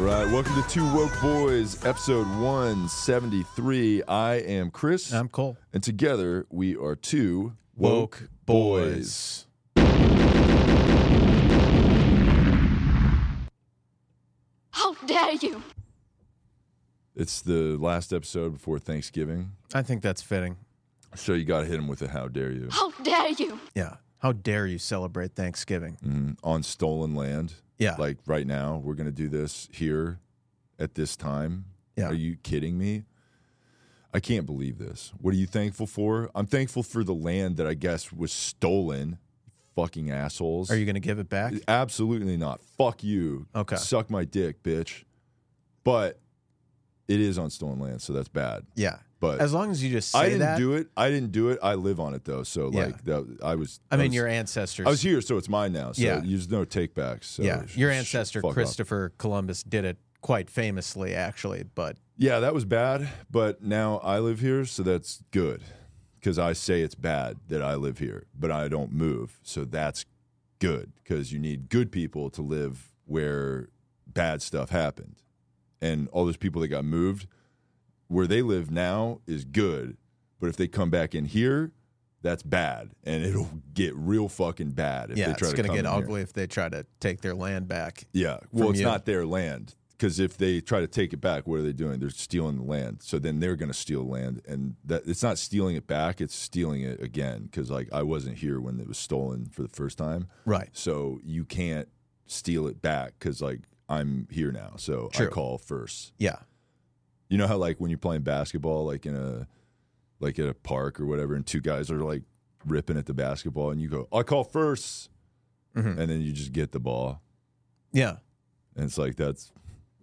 right, welcome to Two Woke Boys, episode 173. I am Chris, I'm Cole. and together we are two Woke boys. How dare you! It's the last episode before Thanksgiving, I think that's fitting. so you got to hit them with a "How dare you" How dare you! Yeah. How dare you celebrate Thanksgiving? Mhm. on stolen land. Yeah. Like right now, we're gonna do this here at this time. Yeah. Are you kidding me? I can't believe this. What are you thankful for? I'm thankful for the land that I guess was stolen. Fucking assholes. Are you going to give it back? Absolutely not. Fuck you. Okay. Suck my dick, bitch. But it is on stolen land, so that's bad. Yeah. But As long as you just say I didn't that. do it. I didn't do it. I live on it though, so Yeah. like that, I was. I mean, was, your ancestors. I was here, so it's mine now. So Yeah. there's no takebacks. So yeah. sh- Your sh- ancestor fuck off. Christopher Columbus did it quite famously, actually. But Yeah, that was bad, but now I live here, so that's good. Because I say it's bad that I live here, but I don't move, so that's good. Because you need good people to live where bad stuff happened, and all those people that got moved, where they live now is good, but if they come back in here, that's bad, and it'll get real fucking bad if yeah, they try it's to going come to get in here. ugly if they try to take their land back. Yeah. Well, from it's you. not their land because if they try to take it back, what are they doing? They're stealing the land. So then they're going to steal land, and that it's not stealing it back; it's stealing it again. Because like I wasn't here when it was stolen for the first time, Right. so you can't steal it back because like I'm here now, so I True. call first. Yeah. You know how like when you're playing basketball, like in a like at a park or whatever, and two guys are like ripping at the basketball, and you go, "I call 1st Mhm. and then you just get the ball. Yeah. And it's like that's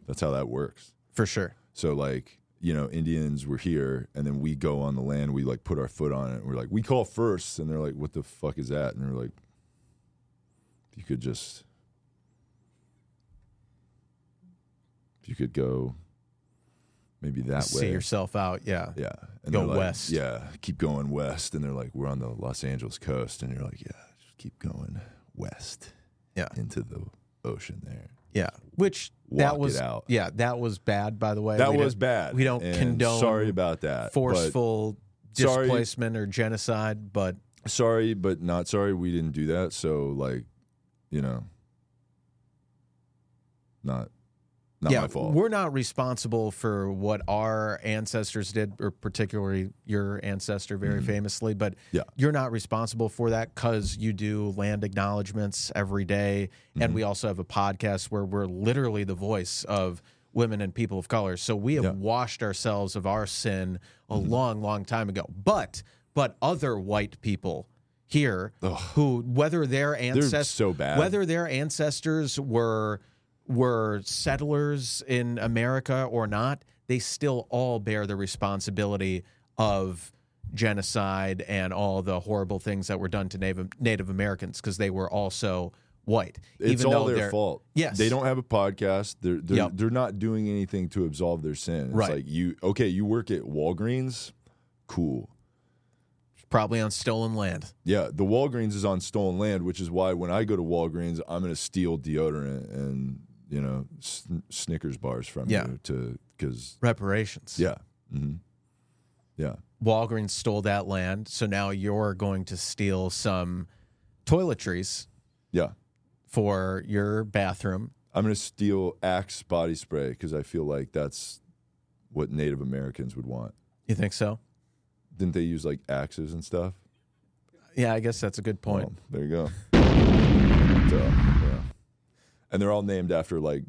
that's how that works. For sure. So like, you know, Indians were here and then we go on the land, we like put our foot on it, and we're like, we call first, and they're like, What the fuck is that? And we're like, You could just you could go maybe that See way. yourself out. Yeah. yeah. And Go they're like, west. Yeah. Keep going west. And they're like, We're on the Los Angeles coast. And you're like, Yeah, just keep going west. Yeah. Into the ocean there. Yeah. Which Walk that it was. out. Yeah. That was bad, by the way. That We was don't- bad. we don't and condone Sorry about that. Forceful. Forceful Uh, Sorry. displacement or genocide, but sorry, but not sorry. We didn't do that. So like, you know, not not my fault. We're not responsible for what our ancestors did, or particularly your ancestor very Mhm. famously, but Yeah. you're not responsible for that because you do land acknowledgments every day, And Mhm. we also have a podcast where we're literally the voice of women and people of color. So we have Yeah. Mm-hmm. washed ourselves of our sin a long, long time ago. But but other white people here Ugh. who whether their They're ancestors so bad. whether their ancestors were were settlers in America or not, they still all bear the responsibility of genocide and all the horrible things that were done to Native, Native Americans because they were also white. it's all their they're- fault. Yes. they don't have a podcast. They're they're, Yep. they're not doing anything to absolve their sin. It's Right. like you okay, you work at Walgreens, cool. Probably on stolen land. Yeah, the Walgreens is on stolen land, which is why when I go to Walgreens, I'm going to steal deodorant and you know sn- Snickers bars from Yeah. you to because Reparations. yeah, hmm yeah, Walgreens stole that land, so now you're going to steal some toiletries yeah. for your bathroom. I'm going to steal Axe body spray because I feel like that's what Native Americans would want. You think so? Didn't they use like axes and stuff? Yeah, I guess that's a good point. Well, there you go. so yeah, and they're all named after like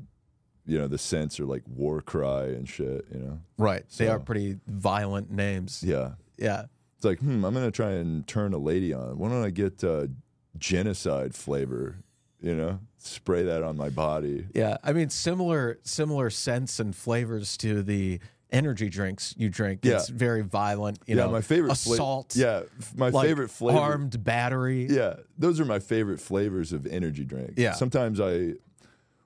you know the scents or like war cry and shit. You know, Right. They are So- pretty violent names. yeah. Yeah. It's like, hmm, I'm gonna try and turn a lady on. Why don't I get uh, genocide flavor? You know, spray that on my body. Yeah. I mean similar similar scents and flavors to the energy drinks you drink. Yeah. It's very violent, you yeah, know. my favorite fla- assault. yeah, f- my like favorite flavor. Armed battery. Yeah, those are my favorite flavors of energy drink. Yeah. Sometimes I,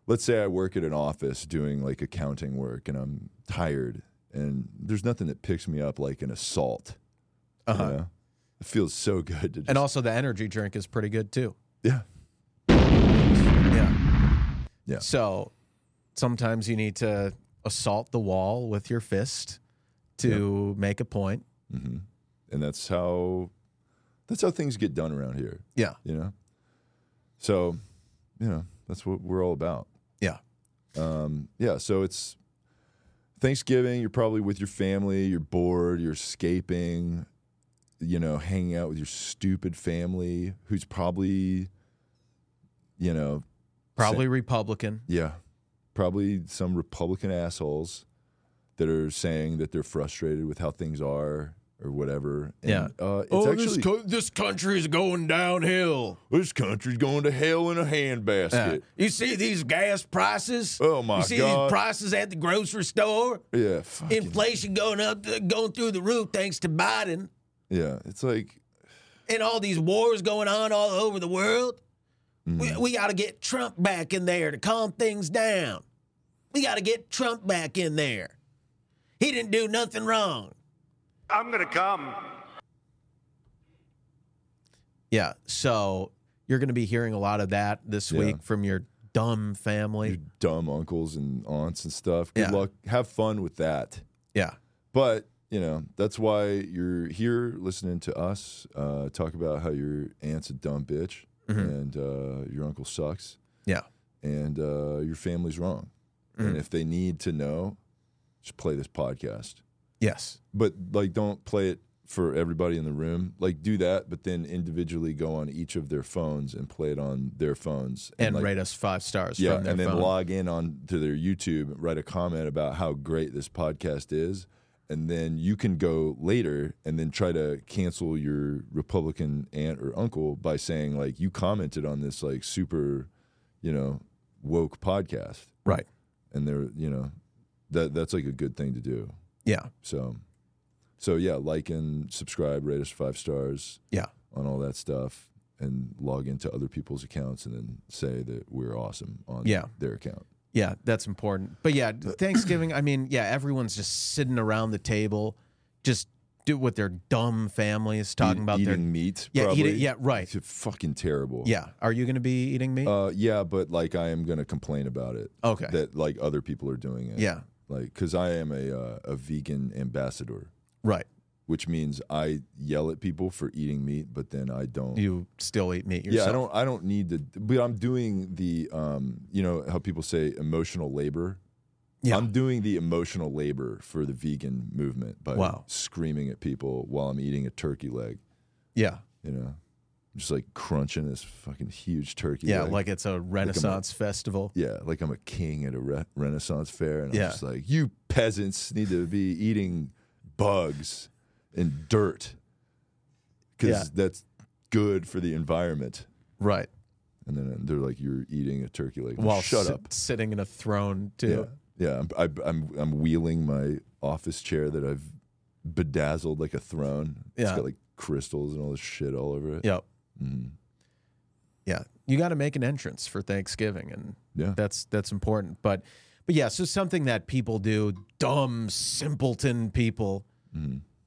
let's say I work at an office doing like accounting work, and I'm tired, and there's nothing that picks me up like an assault. you Uh-huh. know? It feels so good to just And also the energy drink is pretty good too. yeah. Yeah. Yeah. So Sometimes you need to assault the wall with your fist to make a point. and that's how that's how things get done around here. Yeah. You know, so you know that's what we're all about. Yeah. Um, yeah. So it's Thanksgiving. You're probably with your family. You're bored. You're escaping. You know, hanging out with your stupid family, who's probably, you know, Probably Republican. yeah, probably some Republican assholes that are saying that they're frustrated with how things are or whatever. And, Yeah. uh, it's actually Oh, this country is going downhill. this country's going to hell in a handbasket. You see these gas prices? Oh, my You see God. these prices at the grocery store? Yeah, fucking, Inflation going up, uh, going through the roof thanks to Biden, yeah. It's like and all these wars going on all over the world. We, we got to get Trump back in there to calm things down. We got to get Trump back in there. He didn't do nothing wrong. I'm gonna come. Yeah. So you're going to be hearing a lot of that this Yeah. week from your dumb family. your dumb uncles and aunts and stuff. Good Yeah. luck. Have fun with that. yeah. But you know that's why you're here listening to us uh, talk about how your aunt's a dumb bitch Mm-hmm. and uh, your uncle sucks. Yeah. and uh, your family's wrong. Mm-hmm. And if they need to know, just play this podcast. Yes. But like, don't play it for everybody in the room. Like, do that, but then individually go on each of their phones and play it on their phones. And like, rate us five stars yeah, from their and then phone. log in on to their YouTube, write a comment about how great this podcast is, and then you can go later and then try to cancel your Republican aunt or uncle by saying like you commented on this like super, you know, woke podcast right. and they're you know that that's like a good thing to do Yeah. so so yeah like and subscribe rate us five stars Yeah. on all that stuff and log into other people's accounts and then say that we're awesome on Yeah. their account Yeah, that's important. But yeah, Uh, Thanksgiving, I mean, yeah, everyone's just sitting around the table, just do with their dumb families talking Eat- about E eating their meat Yeah, eat it- probably. yeah, right. it's fucking terrible Yeah, are you going to be eating meat? uh, yeah but like i am gonna complain about it Okay. that like other people are doing it yeah, like because i am a uh, a vegan ambassador right. which means i yell at people for eating meat but then i don't You still eat meat Yeah, yourself. I don't. I don't need to. But I'm doing the, um, you know, how people say emotional labor. Yeah. I'm doing the emotional labor for the vegan movement by Wow. screaming at people while I'm eating a turkey leg. yeah. You know, just like crunching this fucking huge turkey. Yeah, leg. like it's a Renaissance festival. yeah, like I'm a king at a re- Renaissance fair, and Yeah. I'm just like, you peasants need to be eating bugs and dirt because Yeah. that's good for the environment. Right. And then they're like, "You're eating a turkey leg." Well, While shut sit- up. sitting in a throne Yeah, too. yeah. I'm, I, I'm I'm wheeling my office chair that I've bedazzled like a throne. It's Yeah. got like crystals and all this shit all over it. Yep. Mm. Yeah, you got to make an entrance for Thanksgiving, and Yeah. that's that's important. But but yeah, so something that people do, dumb simpleton people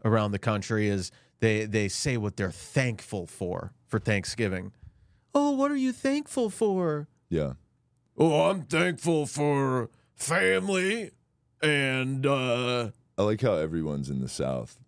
around the country, is they they say what they're thankful for for Thanksgiving. Oh, what are you thankful for? Yeah, Oh, I'm thankful for family and uh I like how everyone's in the South.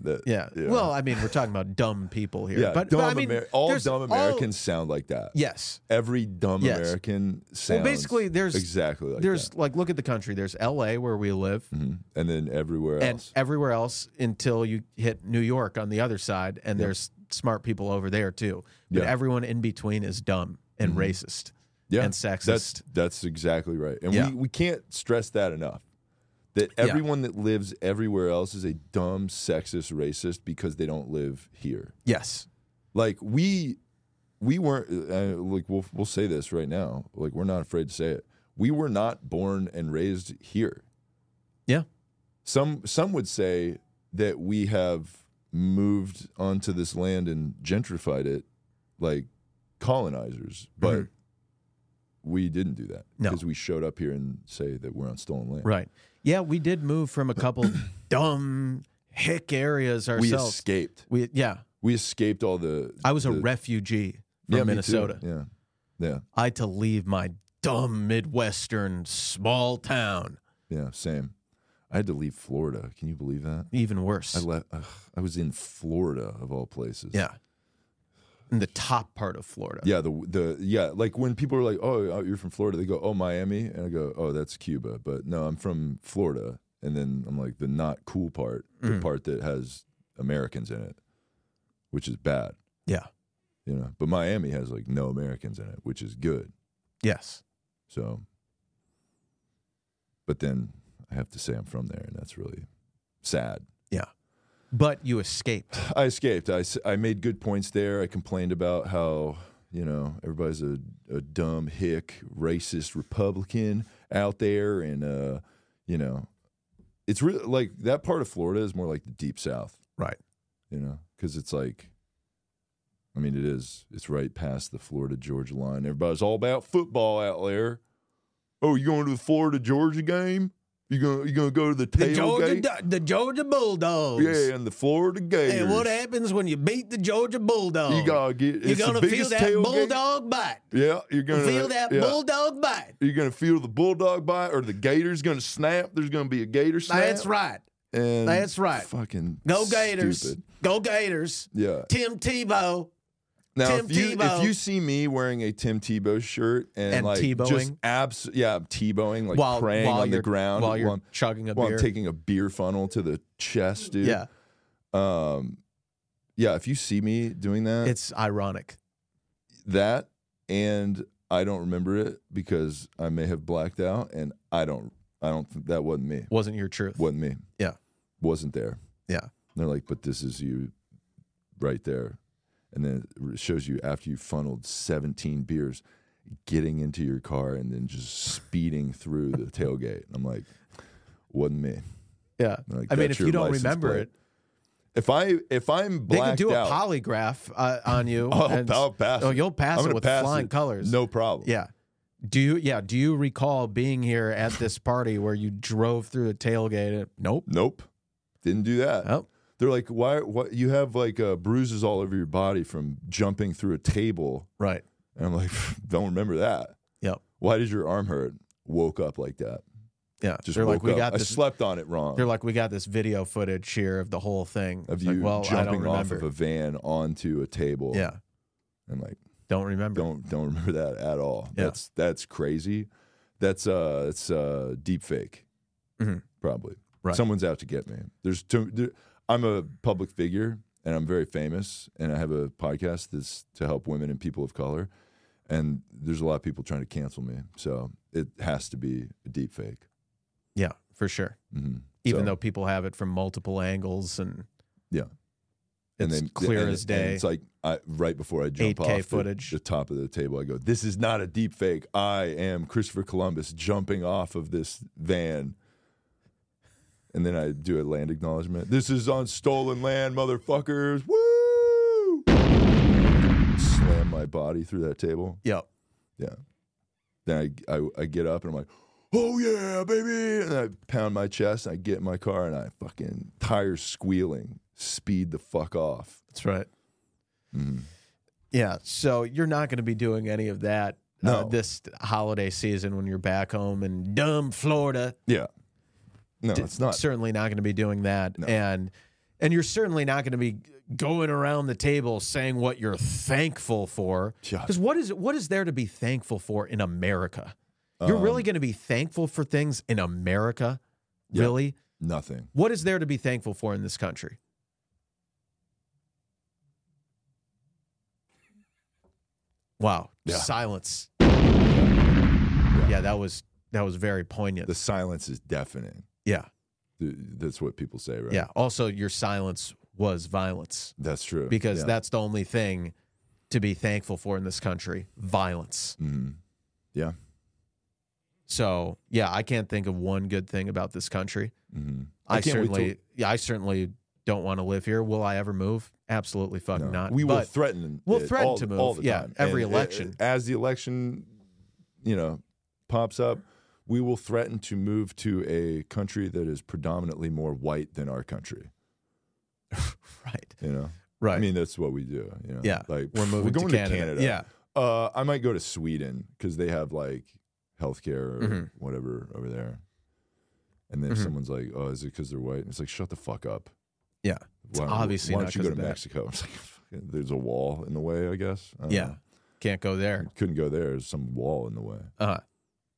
That yeah. Well, I mean, we're talking about dumb people here. yeah, but, but dumb I mean, Amer- all there's dumb Americans sound like that. yes. Every dumb Yes. American sounds Well, basically, there's- exactly like there's that. like look at the country. There's L.A. where we live. Mhm. and then everywhere and else. everywhere else until you hit New York on the other side, and there's smart people over there too. But Yeah. Mm-hmm. everyone in between is dumb and racist. yeah, and sexist. That's that's exactly right, and Yeah. we, we can't stress that enough. That everyone that lives everywhere else is a dumb, sexist, racist because they don't live here. Yes. Like we, we weren't uh, like we'll we'll say this right now. Like we're not afraid to say it. We were not born and raised here. Yeah. Some some would say that we have moved onto this land and gentrified it, like colonizers, but we didn't do that Mm-hmm. No. because we showed up here and say that we're on stolen land. Right. Yeah, we did move from a couple dumb hick areas We ourselves. escaped. We, yeah. We escaped all the. I was a the- refugee Yeah, me from too. Minnesota. Yeah, yeah. I had to leave my dumb Midwestern small town. Yeah, same. I had to leave Florida. Can you believe that? Even I worse. left. Ugh, I was in Florida of all places. yeah. In the top part of Florida. Yeah, the the yeah, like when people are like, "Oh, uh, you're from Florida," they go, "Oh, Miami," and I go, "Oh, that's Cuba," but no, I'm from Florida. And then I'm like, the not cool part, the part that has Americans in it, which is bad, Yeah. you know. But Miami has like no Americans in it, which is good. Yes. So, but then I have to say I'm from there, and that's really sad. Yeah. But you escaped. I escaped. I, s- I made good points there. I complained about how, you know, everybody's a, a dumb, hick, racist Republican out there. And, uh, you know, it's really like that part of Florida is more like the deep South, Right. you know, because it's like, I mean, it is. It's right past the Florida Georgia line. Everybody's all about football out there. Oh, you going to the Florida Georgia game? You going you gonna go to the The Georgia, tailgate? Du- the Georgia Bulldogs. yeah, and the Florida Gators. Hey, what happens when you beat the Georgia Bulldogs? You gotta get. You're it's the Oh. gonna feel biggest that tailgate. bulldog bite. Yeah, you're gonna Feel that yeah. bulldog bite. You're gonna feel the bulldog bite, or the gator's gonna snap. There's gonna be a gator snap. That's right. And That's right. Fucking Go Gators. stupid. Go Gators. Yeah. Tim Tebow. Now, Tim if you Tebow. if you see me wearing a Tim Tebow shirt and, And like just Tebowing. abs, yeah, I'm Tebowing, like praying on the you're- ground while you're while, I'm, chugging a while I'm beer. taking a beer funnel to the chest, dude. yeah, Um, yeah. If you see me doing that, it's ironic. that and I don't remember it because I may have blacked out and I don't I don't think that wasn't me. Wasn't your truth? Wasn't me. Yeah. Wasn't there. Yeah. And they're like, but this is you right there. And then it shows you after you funneled 17 beers getting into your car and then just speeding through the tailgate. And I'm like, wasn't me. Yeah. Like, I mean, that's if you your don't license remember plate. it, If I if I'm they can blacked do a out, polygraph uh, on you. I'll, and- I'll pass. Oh, it. you'll pass I'm it gonna with pass flying it. colors. No problem. Yeah. Do you? Yeah. Do you recall being here at this party where you drove through a tailgate? And, nope. Nope. Didn't do that. Oh, They're like, why? What you have like uh, bruises all over your body from jumping through a table? right. And I'm like, don't remember that. Yep. Why did your arm hurt? Woke up like that. Yeah. Just they're woke like, we up. got I this. slept on it wrong. They're like, we got this video footage here of the whole thing. of It's you like, well, I don't jumping off remember. of a van onto a table. yeah. And like, Don't remember. don't don't remember that at all. Yeah. That's that's crazy. That's uh that's uh deep fake. Mhm. Probably. Right. Someone's out to get me. There's too, there, I'm a public figure and I'm very famous and I have a podcast that's to help women and people of color and there's a lot of people trying to cancel me. So it has to be a deep fake. Yeah, for sure. hmm even So- though people have it from multiple angles and Yeah. it's clear and- as and day. it's like I, right before I jump 8K off footage. The, the top of the table, I go, "This is not a deep fake. I am Christopher Columbus jumping off of this van." And then I do a land acknowledgement. This is on stolen land, motherfuckers. Woo! Slam my body through that table. yep, Yeah. Then I, I, I get up and I'm like, oh yeah, baby. And I pound my chest and I get in my car and I fucking tires squealing, speed the fuck off. that's right. Hmm. Yeah, so you're not going to be doing any of that uh, No. this holiday season when you're back home in dumb Florida. Yeah. No, it's not. Certainly not going to be doing that, and and you're certainly not going to be going around the table saying what you're thankful for. Yeah. Because what is what is there to be thankful for in America? You're Um, really going to be thankful for things in America, Yeah. really? Nothing. What is there to be thankful for in this country? Wow. Yeah. Silence. Yeah. Yeah, that was that was very poignant. The silence is deafening. yeah. Th- That's what people say, right? Yeah. Also, your silence was violence That's true. because Yeah. that's the only thing to be thankful for in this country, violence. Mhm. Yeah. So, yeah, I can't think of one good thing about this country. Mhm. I, can't wait till- certainly yeah, I certainly don't want to live here. Will I ever move? Absolutely fucking No. not. We will but, threaten. we'll it threaten all- to move, all the yeah, time. every And, uh, election. as the election, you know, pops up, we will threaten to move to a country that is predominantly more white than our country. right. You know, Right. I mean, that's what we do. You know, Yeah, like we're pff, moving we're going to Canada. Uh, I might go to Sweden because they have like healthcare or Mhm. whatever over there. And then if Mhm. someone's like, "Oh, is it because they're white?" And it's like, "Shut the fuck up." Yeah. It's Why, obviously why not don't you go 'cause to of that. Mexico? It's like, fucking- there's a wall in the way, I guess. I don't Yeah. know. Can't go there. couldn't go there. There's some wall in the way. Uh,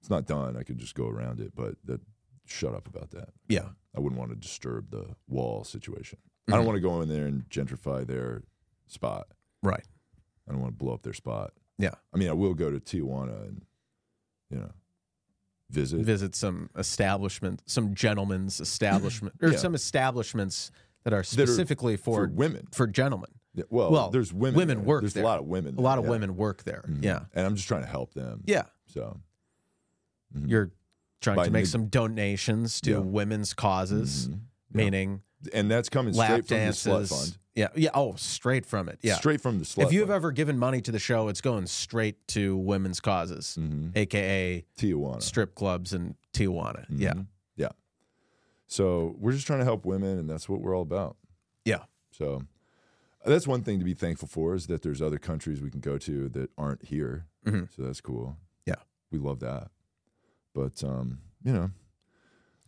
It's not done. I could just go around it, but that, shut up about that. yeah. I wouldn't want to disturb the wall situation. I Mm-hmm. don't want to go in there and gentrify their spot. Right. I don't want to blow up their spot. Yeah. I mean, I will go to Tijuana and you know visit. Visit some establishment, some gentlemen's establishment, or Yeah. some establishments that are are specifically for, for women. for gentlemen. Yeah, well, well, there's women. women there. work There's there. a lot of women. A lot of there, yeah. women work there. Mhm. Yeah. and I'm just trying to help them. Yeah. So You're trying By to make neg- some donations to Yeah. women's causes, Mhm. meaning and that's coming lap straight from the slut dances. fund. Yeah. Yeah. Oh, straight from it. Yeah. Straight from the slut. if you've fund. ever given money to the show, it's going straight to women's causes, Mhm. aka Tijuana. strip clubs in Tijuana. Yeah. Mhm. Yeah. So we're just trying to help women, and that's what we're all about. Yeah. So that's one thing to be thankful for is that there's other countries we can go to that aren't here. Mhm. So that's cool. Yeah. We love that. But, um, you know,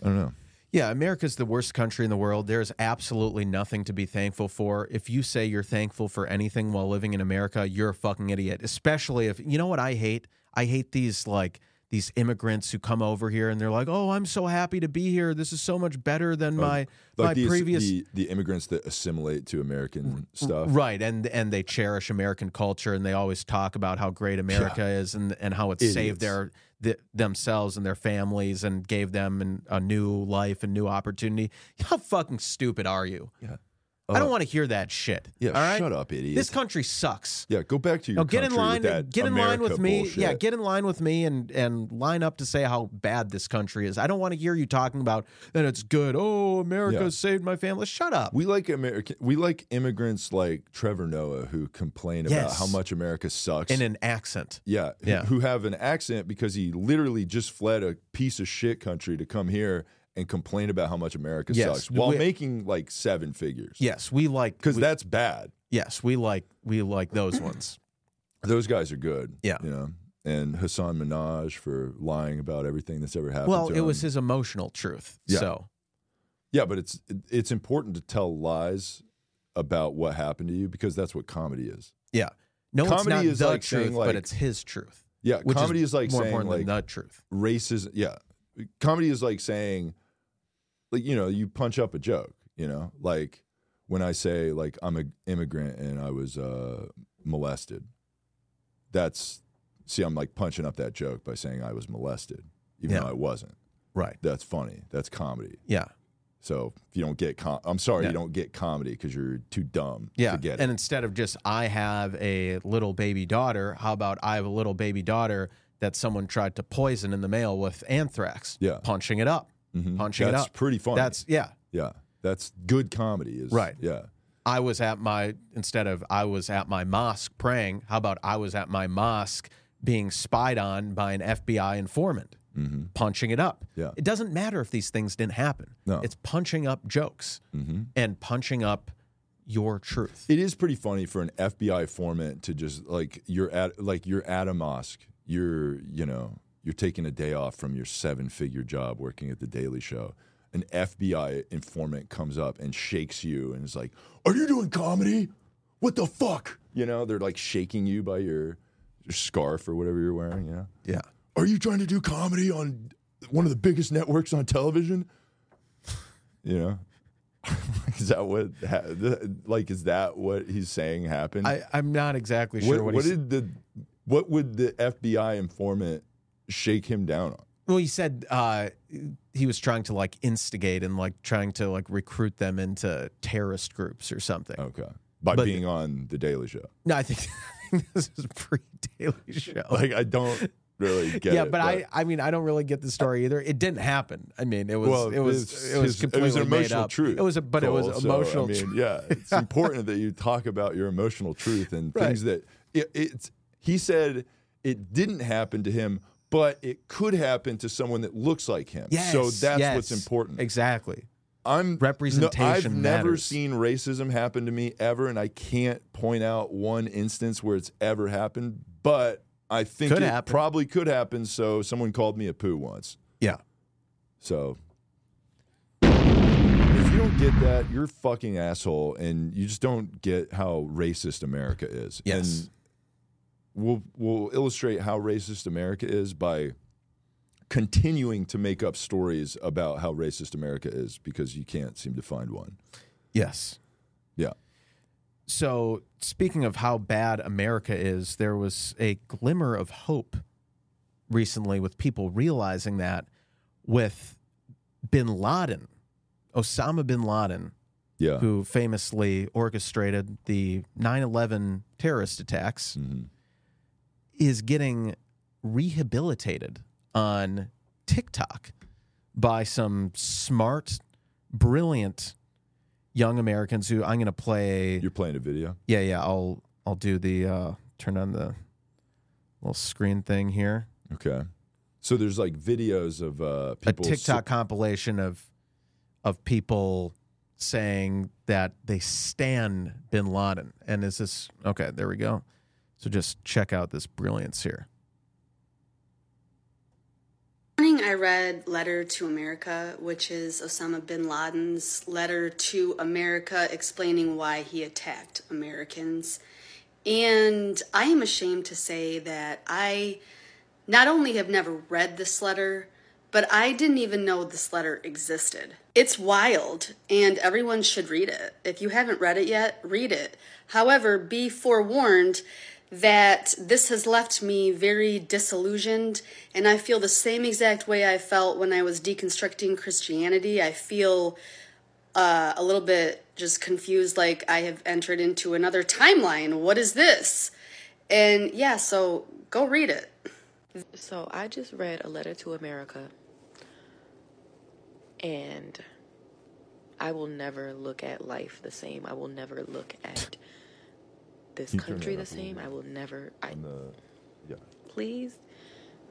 I don't know. Yeah, America's the worst country in the world. There's absolutely nothing to be thankful for. If you say you're thankful for anything while living in America, you're a fucking idiot. Especially if you know what I hate? I hate these like these immigrants who come over here and they're like, "Oh, I'm so happy to be here. This is so much better than my my the, previous the, the immigrants that assimilate to American stuff. Right, and and they cherish American culture, and they always talk about how great America is, and and how it saved Idiots. their th- themselves and their families, and gave them an, a new life and new opportunity. How fucking stupid are you? Yeah. I don't Uh, want to hear that shit. Yeah, all right? shut up, idiot. This country sucks. yeah, go back to your Now get in country with line. that Get in line America with me. bullshit. Yeah, get in line with me and and line up to say how bad this country is. I don't want to hear you talking about that it's good. Oh, America Yeah. saved my family. Shut up. We like American. We like immigrants like Trevor Noah who complain about Yes. how much America sucks. in an accent. yeah, who- Yeah. Who have an accent because he literally just fled a piece of shit country to come here and complain about how much America Yes, sucks while we- making like seven figures. Yes, we like because we- that's bad. Yes, we like we like those ones. Those guys are good. Yeah. you know. And Hassan Minaj for lying about everything that's ever happened. well, to it was him. his emotional truth. Yeah. So yeah, but it's it- it's important to tell lies about what happened to you because that's what comedy is. yeah, no, it's not Comedy is the like saying, truth, like- but it's his truth. Yeah, Which comedy is, like more saying important like than the truth. racism. Yeah, comedy is like saying, like you know, you punch up a joke. You know, like when I say like I'm an immigrant and I was uh, molested. That's see, I'm like punching up that joke by saying I was molested, even Yeah. though I wasn't. Right. That's funny. That's comedy. Yeah. So if you don't get, com- I'm sorry, Yeah. you don't get comedy because you're too dumb Yeah. to get and it. instead of just I have a little baby daughter, how about I have a little baby daughter that someone tried to poison in the mail with anthrax? Yeah. Punching it up. Mhm. Punching That's it up. pretty funny. That's yeah. yeah, that's good comedy. Is Right. Yeah. I was at my instead of I was at my mosque praying, how about I was at my mosque being spied on by an FBI informant, punching it up. Yeah. It doesn't matter if these things didn't happen. No. It's punching up jokes and punching up your truth. It is pretty funny for an FBI informant to just like you're at like you're at a mosque. You're you know you're taking a day off from your seven figure job working at the Daily Show. An FBI informant comes up and shakes you and is like, "Are you doing comedy? What the fuck?" You know they're like shaking you by your, your scarf or whatever you're wearing. You know, Yeah. are you trying to do comedy on one of the biggest networks on television? You know, is that what ha- like is that what he's saying happened? I, I'm not exactly what sure what, what he said. did the what would the FBI informant shake him down on? Well, he said uh, he was trying to like instigate and like trying to like recruit them into terrorist groups or something. Okay, by But- being on the Daily Show. No, I think, I think this is pre Daily Show. Like I don't really get yeah, it. but, I, I mean, I don't really get the story either. It didn't happen. I mean, it was, Well, it was, it's it was his- completely an made emotional up. truth. It was, a, but it Cole, was so, emotional. I mean, truth. yeah, it's important that you talk about your emotional truth and Right. things that it, it's. He said it didn't happen to him, but it could happen to someone that looks like him. Yes, so that's yes, what's important. Exactly. I'm Representation No, I've never matters. seen racism happen to me ever, and I can't point out one instance where it's ever happened. But I think Could it happen. probably could happen. So someone called me a poo once. Yeah. So if you don't get that, you're a fucking asshole, and you just don't get how racist America is. Yes. And we'll we'll illustrate how racist America is by continuing to make up stories about how racist America is because you can't seem to find one. Yes. Yeah. So, speaking of how bad America is, there was a glimmer of hope recently with people realizing that with bin Laden, Osama bin Laden, Yeah. Uh, who famously orchestrated the 9 11 terrorist attacks, Mhm. is getting rehabilitated on TikTok by some smart, brilliant young Americans who I'm going to play. You're playing a video. Yeah, yeah. I'll I'll do the uh, turn on the little screen thing here. Okay. So there's like videos of uh, people a TikTok compilation of of people saying that they stand Bin Laden. And is this okay? There we go. So just check out this brilliance here. morning I read Letter to America, which is Osama bin Laden's letter to America explaining why he attacked Americans. And I am ashamed to say that I not only have never read this letter, but I didn't even know this letter existed. It's wild, and everyone should read it. If you haven't read it yet, read it. However, be forewarned that this has left me very disillusioned, and I feel the same exact way I felt when I was deconstructing Christianity. I feel uh, a little bit just confused, like I have entered into another timeline. What is this? And yeah, so go read it. So I just read a letter to America, and I will never look at life the same. I will never look at this Can you turn country that up the a little same. I will never. I yeah. please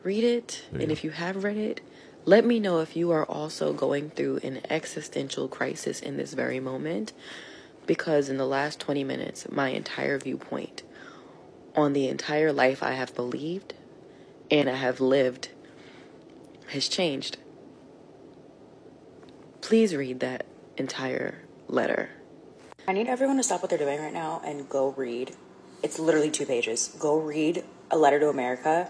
read it, There you and go. if you have read it, let me know if you are also going through an existential crisis in this very moment, because in the last twenty minutes, my entire viewpoint on the entire life I have believed and I have lived has changed. Please read that entire letter. I need everyone to stop what they're doing right now and go read. It's literally two pages. Go read A Letter to America.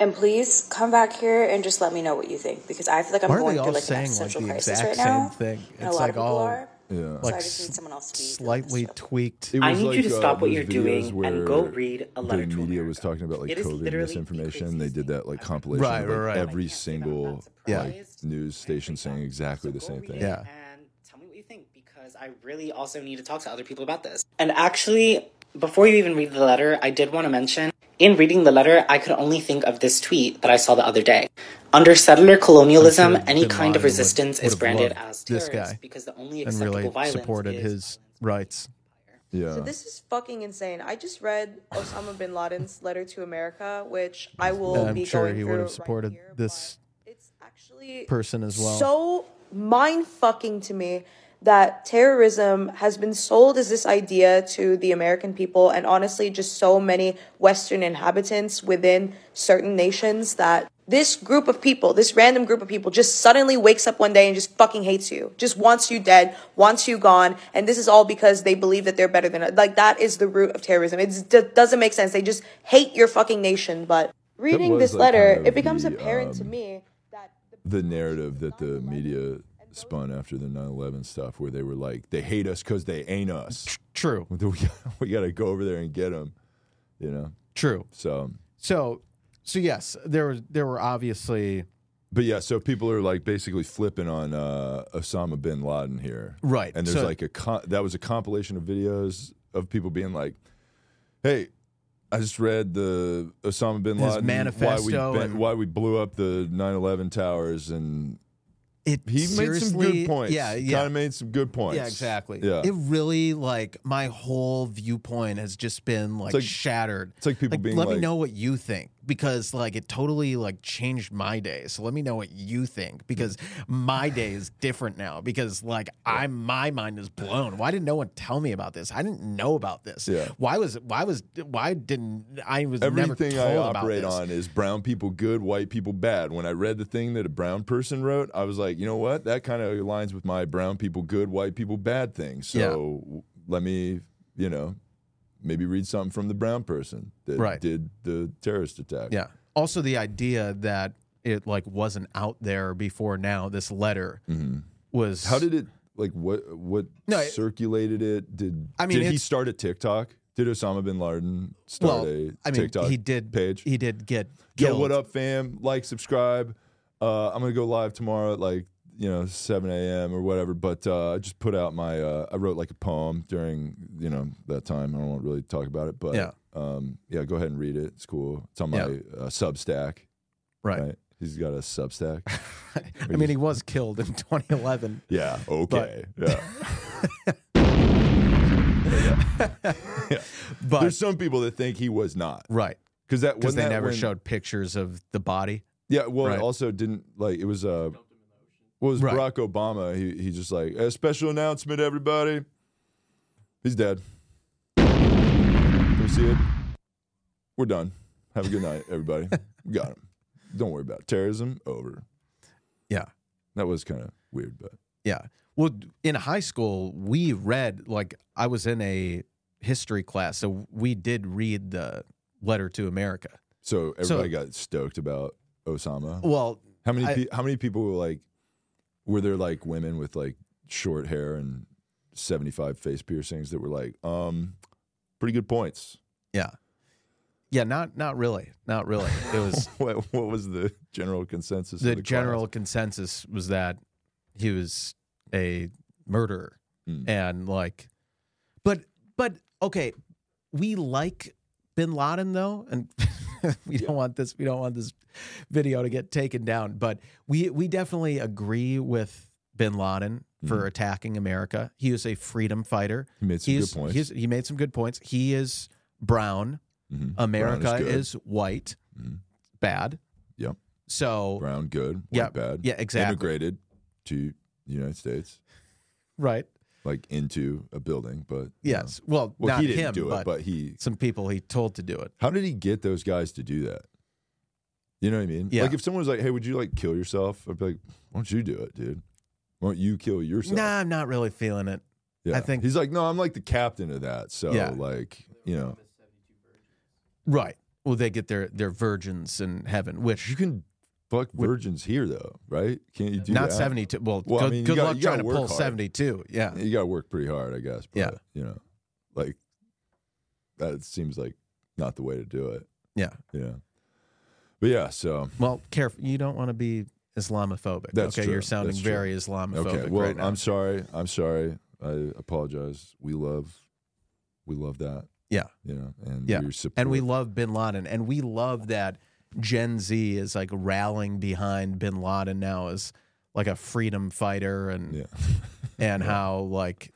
And please come back here and just let me know what you think because I feel like I'm Why are going they all through like an saying like existential the crisis exact right same now. thing? And a It's lot like of people all- are. Yeah. So I Like just need s- someone else to be doing this slightly with. tweaked. It I was uh, need you to stop what those you're videos doing and go read A Letter the to media America. was talking about like It is COVID literally misinformation. the They craziest did that like compilation Right, of like, right, right. every I can't say that I'm single not Yeah. like, surprised. news station saying exactly So the go same read thing. it Yeah. And tell me what you think because I really also need to talk to other people about this. And actually, before you even read the letter, I did want to mention in reading the letter, I could only think of this tweet that I saw the other day. Under settler colonialism, I'm sure any Bin kind Laden of would- resistance would is have branded loved as this terrorist guy because the only and acceptable really violence supported is his violence rights. Yeah. So this is fucking insane. I just read Osama bin Laden's letter to America, which I will I'm be sure going he through would have right supported here, this but It's actually person as well. so mind fucking to me that terrorism has been sold as this idea to the American people and honestly just so many Western inhabitants within certain nations that this group of people, this random group of people, just suddenly wakes up one day and just fucking hates you, just wants you dead, wants you gone, and this is all because they believe that they're better than like that is the root of terrorism. It d- doesn't make sense. They just hate your fucking nation. But reading was, this like, letter, kind of it becomes the, apparent to um, me that the the narrative that the media spun after the 9/11 stuff, where they were like, "They hate us because they ain't us. True. We gotta, we gotta go over there and get them." You know. True. So, So so yes, there was there were obviously but yeah, so people are like basically flipping on uh, Osama bin Laden here, Right, And there's so- like a con- that was a compilation of videos of people being like, "Hey." I just read the Osama bin His Laden manifesto why we, and- why we blew up the 9/11 towers and it he made some seriously- good points. Yeah, yeah. kind of made some good points. Yeah, exactly. Yeah, It really like my whole viewpoint has just been like, like- shattered. it's like people being let me like- know what you think. because like it totally like changed my day. So let me know what you think because my day is different now because like I my mind is blown. Why didn't no one tell me about this? I didn't know about this. Yeah. Why was why was why didn't I was Everything never I told operate about on this. is brown people good, white people bad. When I read the thing that a brown person wrote, I was like, you know what? That kind of aligns with my brown people good, white people bad thing. So Yeah. w- let me, you know, maybe read something from the brown person that Right. did the terrorist attack. Yeah. Also, the idea that it like wasn't out there before now. This letter was Mm-hmm. How did it like what what No, it- circulated it? Did I mean, did he it's- start a TikTok? Did Osama bin Laden start well? a I mean, TikTok he did page? He did get Yo, killed. what up, fam? Like, subscribe. Uh, I'm gonna go live tomorrow at like you know 7 a.m. or whatever. But uh, I just put out my uh, I wrote like a poem during you know that time. I don't want to really talk about it, but Yeah. um, yeah, go ahead and read it. It's cool. It's on my Yeah. uh, Substack. Right. Right. He's got a Substack. I mean, he was killed in 2011. yeah. Okay. yeah. But There's some people that think he was not right, because that because wasn't they that never when- showed pictures of the body. Yeah, well, Right. it also didn't like it was uh, what was Right. Barack Obama? He he just like a special announcement, everybody. He's dead. Can we see it? We're done. Have a good night, everybody. we got him. Don't worry about it. terrorism. Over. Yeah. That was kind of weird, but Yeah. Well, d- in high school, we read like I was in a history class, so we did read the letter to America. so everybody got stoked about Osama. Well, How many I- pe- how many people were like were there like women with like short hair and 75 face piercings that were like um pretty good points. yeah, yeah, not not really, not really. It was What what was the general consensus? of the class? general consensus was that he was a murderer Mm. and like but but okay we like bin laden though and we don't want this we don't want this video to get taken down but we we definitely agree with bin laden for attacking america he was a freedom fighter Hmm. He made some he's, good points. he's- he made some good points he is brown Mhm. america Brown is good. Hmm. is, white bad Yep. so brown good, white Yeah, bad. yeah, exactly. Immigrated to the United States right like into a building, but you know. Yes. Well, Uh, Well, not he didn't him, do it, but, but he some people he told to do it. How did he get those guys to do that? You know what I mean? Yeah. Like if someone was like, "Hey, would you like kill yourself?" I'd be like, "Why don't you do it, dude? Why don't you kill yourself?" Nah, I'm not really feeling it. Yeah. I think- he's like, "No, I'm like the captain of that." So Yeah. like, you know, Right. Well, they get their their virgins in heaven, which you can fuck virgins here though, right? Can't you do not that? 72. Well, Well, I good, mean, you good gotta- luck you trying gotta to work pull hard. 72. Yeah. You got to work pretty hard, I guess. But, Yeah. you know, like that seems like not the way to do it. Yeah. Yeah. But yeah, so Well, careful. You don't want to be Islamophobic. That's okay. true. You're sounding That's true. very Islamophobic Okay. Well, right now. I'm sorry. I'm sorry. I apologize. We love, we love that. Yeah. You know, and Yeah. we support. and we love Bin Laden, and we love that Gen Z is like rallying behind Bin Laden now as like a freedom fighter and Yeah. and how like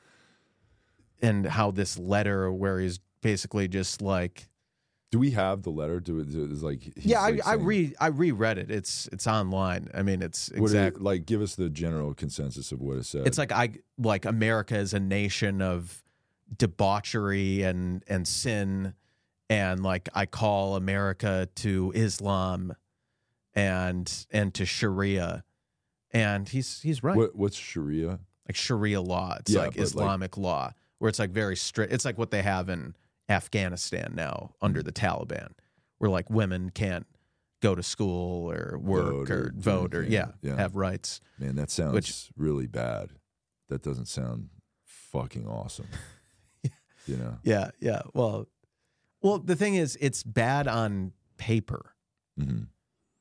and how this letter where he's basically just like Do we have the letter? Do it? do it- Is like he's, yeah I, like, I saying- read I reread it it's it's online I mean it's What did it- exactly like give us the general consensus of what it said. it's like I like America is a nation of debauchery and and sin and like I call America to Islam and and to Sharia and he's he's right what, what's Sharia? like Sharia law. It's Yeah, like but, like- Islamic law, where it's like very strict. It's like what they have in Afghanistan now under the Taliban, where like women can't go to school or work Vote or, or do vote or anything. yeah, Yeah. have rights. Man, that sounds Which- really bad. That doesn't sound fucking awesome. You know, Yeah, yeah. Well, well, the thing is, it's bad on paper, Mm-hmm. hmm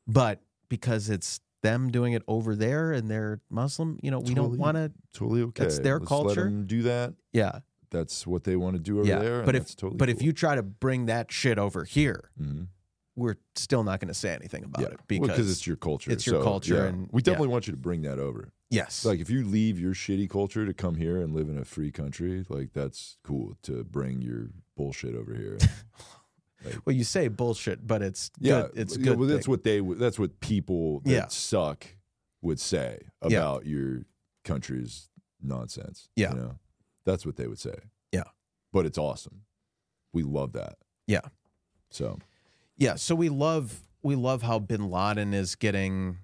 but because it's them doing it over there and they're Muslim, you know, we don't Totally. want to. totally okay. That's their Let's Let culture. them do that. Yeah, That's what they want to do over yeah. there. and but if that's totally but if cool. you try to bring that shit over here, Mhm. we're still not going to say anything about it Well, because it's your culture. it's your So, culture yeah. and- we yeah. definitely want you to bring that over. yes, Like if you leave your shitty culture to come here and live in a free country, like that's cool to bring your bullshit over here. Well, you say bullshit, but it's Yeah, good. It's yeah, good. well, thing. that's what they. would- That's what people that Yeah. suck would say Yeah. about your country's nonsense. Yeah. you know? that's what they would say. Yeah. but it's awesome. We love that. Yeah. So Yeah, so we love we love how Bin Laden is getting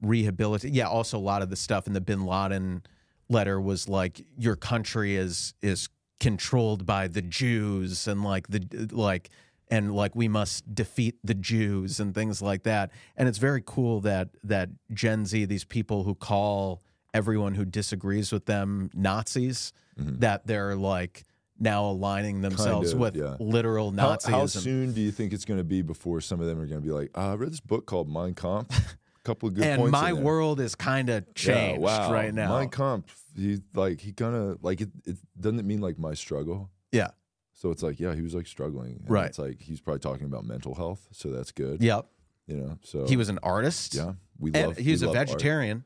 rehabilitated. Yeah, also a lot of the stuff in the Bin Laden letter was like your country is is controlled by the Jews and like the like and like we must defeat the Jews and things like that. And it's very cool that that Gen Z, these people who call everyone who disagrees with them Nazis, that they're like now aligning themselves Mm-hmm. of, with yeah. literal how, Nazism. how soon do you think it's going to be before some of them are going to be like, "Ah, I read this book called Mein Kampf. A couple of good and points. in my there." world is kind of changed yeah, wow. right now. Mein Kampf. He like he kind of like it, it. Doesn't it mean like my struggle? yeah. So it's like, yeah, he was like struggling. And Right. It's like he's probably talking about mental health, so that's good. Yep. You know. So He was an artist. Yeah, we And love. he was we a love art. vegetarian.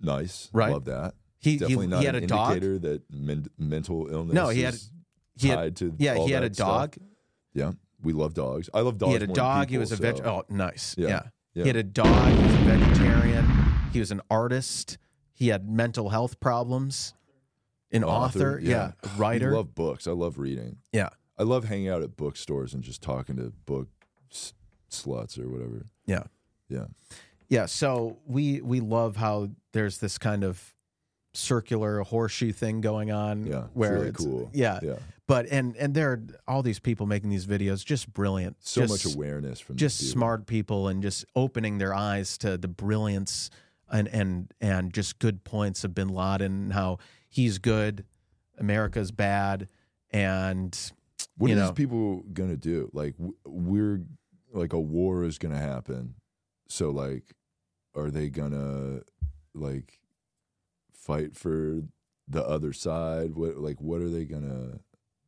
Nice. Right. Love that. He- he- Definitely not he had an a dog. indicator that men- mental illness. No, he had- is He had, tied to yeah, all he had a that stuff. dog. Yeah, we love dogs. I love dogs. he had a more than dog. he people, was a so- veg. Oh, nice. Yeah, Yeah. yeah. He had a dog. He was a vegetarian. He was an artist. He had mental health problems. An author. Yeah. A We Writer. love books. I love reading. yeah. I love hanging out at bookstores and just talking to book s- sluts or whatever. Yeah. Yeah. Yeah, so we we love how there's this kind of circular horseshoe thing going on. Yeah, it's where really cool. Yeah, Yeah. But and and there are all these people making these videos, just brilliant. So just, much awareness from these just people. smart people and just opening their eyes to the brilliance and and and just good points of Bin Laden, and how he's good, America's bad, and What you are know. these people gonna do? Like w- we're like a war is gonna happen. So like, are they gonna like fight for the other side? What like what are they gonna?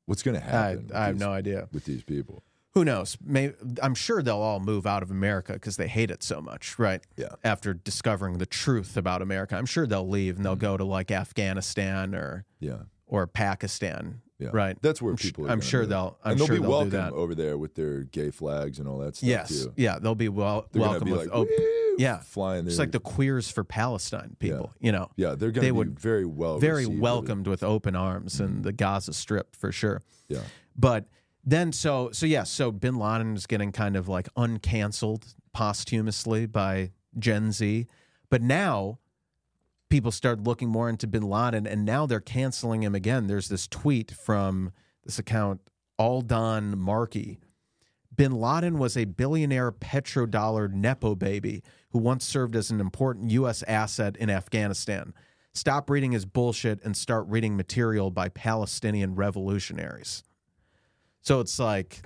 What's gonna I, happen? with I have these- no idea. with these people. who knows? May, I'm sure they'll all move out of America because they hate it so much, right? Yeah. After discovering the truth about America, I'm sure they'll leave Mm-hmm. and they'll go to like Afghanistan or Yeah, or Pakistan, yeah, right? That's where I'm sh- people. Are I'm gonna sure move. they'll- I'm and they'll sure be they'll do welcome that. over there with their gay flags and all that stuff. yes, too. yeah, they'll be well They're welcome gonna be with like, op- "Woo!" yeah. flying. It's their- like the queers for Palestine people, you know. yeah, they're gonna they be would very well, very received over- welcomed with open arms Mm-hmm. in the Gaza Strip for sure. Yeah, But then, so so yeah, so Bin Laden is getting kind of like uncanceled posthumously by Gen Z, but now people started looking more into Bin Laden, and now they're canceling him again. There's this tweet from this account Aldon Markey. Bin Laden was a billionaire petrodollar nepo baby who once served as an important U.S. asset in Afghanistan. Stop reading his bullshit and start reading material by Palestinian revolutionaries. So it's like,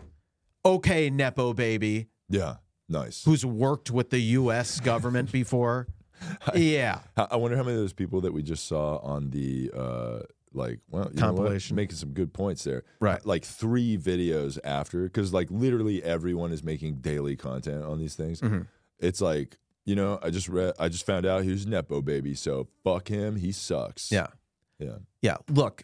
okay, Nepo baby, yeah, nice. who's worked with the US government before. yeah. How- I wonder how many of those people that we just saw on the uh, like well you know what? Compilation. making some good points there. Uh, Right. Like three videos after because like literally everyone is making daily content on these things. Mm-hmm. It's like you know I just read I just found out he was nepo baby so fuck him he sucks Yeah. yeah Yeah. Look,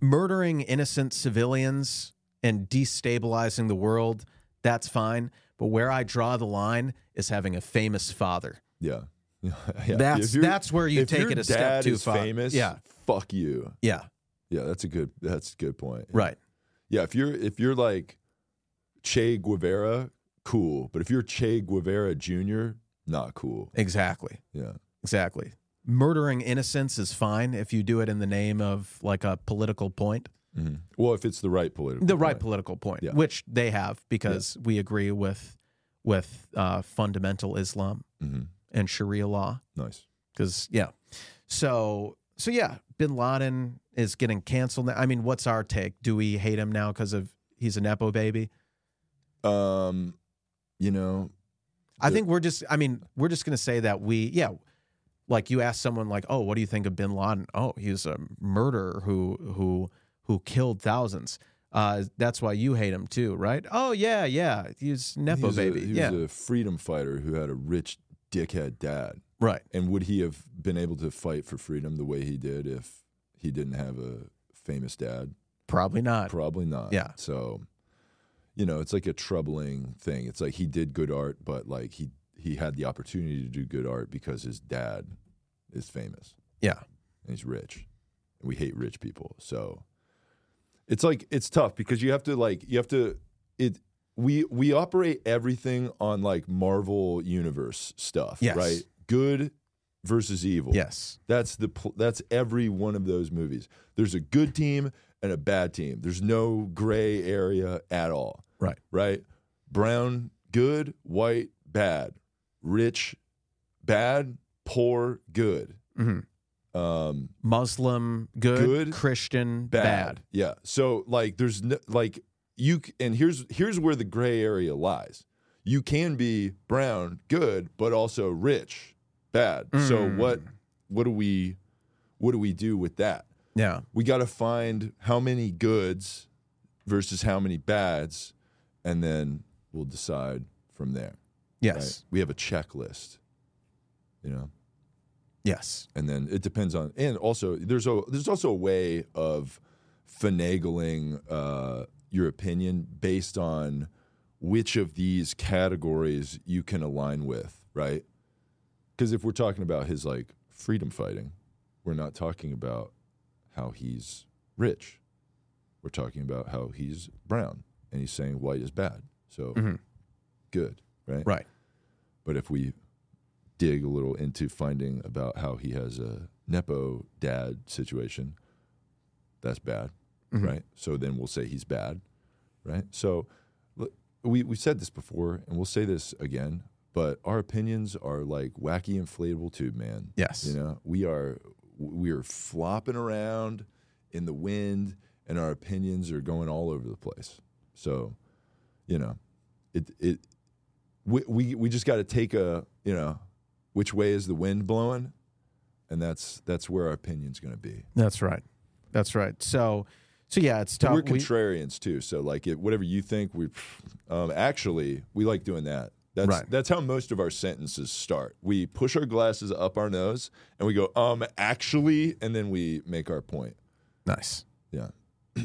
murdering innocent civilians and destabilizing the world, that's fine. But where I draw the line is having a famous father. yeah. yeah. That's- If your- that's where you if take your it a step dad too is far. Famous, Yeah. fuck you. Yeah. Yeah, that's a good. That's a good point. Right. Yeah, if you're if you're like Che Guevara, cool. But if you're Che Guevara Jr., not cool. Exactly. Yeah. Exactly. Murdering innocents is fine if you do it in the name of like a political point. Mhm. Well, if it's the right political, the right point. political point, Yeah. which they have because we agree with with uh, fundamental Islam Mhm. and Sharia law. Nice. Because yeah, so so yeah, Bin Laden is getting canceled. now. I mean, what's our take? Do we hate him now because of he's a nepo baby? Um, you know, I The- think we're just. I mean, we're just gonna say that we yeah. Like you ask someone like, "Oh, what do you think of Bin Laden?" "Oh, he's a murderer who who who killed thousands. Uh, that's why you hate him too, right? Oh yeah, yeah. He's nepo he was baby. A, he yeah, was a freedom fighter who had a rich dickhead dad. right. And would he have been able to fight for freedom the way he did if he didn't have a famous dad? Probably not. Probably not. Yeah. So, you know, it's like a troubling thing. It's like he did good art, but like he he had the opportunity to do good art because his dad is famous Yeah. and he's rich. And we hate rich people. So it's like it's tough because you have to like you have to it we we operate everything on like Marvel universe stuff, Yes. right? Good versus evil. Yes. That's the pl- that's every one of those movies. There's a good team and a bad team. There's no gray area at all, Right. right? Brown good, white bad, rich bad, poor good. hmm Um Muslim good, Good, Christian bad. bad. Yeah. So like there's no, like you c- and here's here's where the gray area lies. You can be brown good but also rich bad. So Mm. what what do we what do we do with that? Yeah. We got to find how many goods versus how many bads and then we'll decide from there. right? Yes. We have a checklist. You know Yes. and then it depends on and also there's a there's also a way of finagling uh, your opinion based on which of these categories you can align with right because if we're talking about his like freedom fighting we're not talking about how he's rich we're talking about how he's brown and he's saying white is bad so good right Right. but if we dig a little into finding about how he has a nepo dad situation, that's bad, right? So then we'll say he's bad, right? So l- we we said this before, and we'll say this again. But our opinions are like wacky inflatable tube, man. Yes. you know we are we are flopping around in the wind, and our opinions are going all over the place. So, you know, it it we we, we just got to take a you know which way is the wind blowing and that's that's where our opinion's going to be That's right. That's right. So, so yeah, it's But tough. we're We- contrarians too so like it, whatever you think we um, actually we like doing that that's Right. that's how most of our sentences start we push our glasses up our nose and we go um actually and then we make our point nice. yeah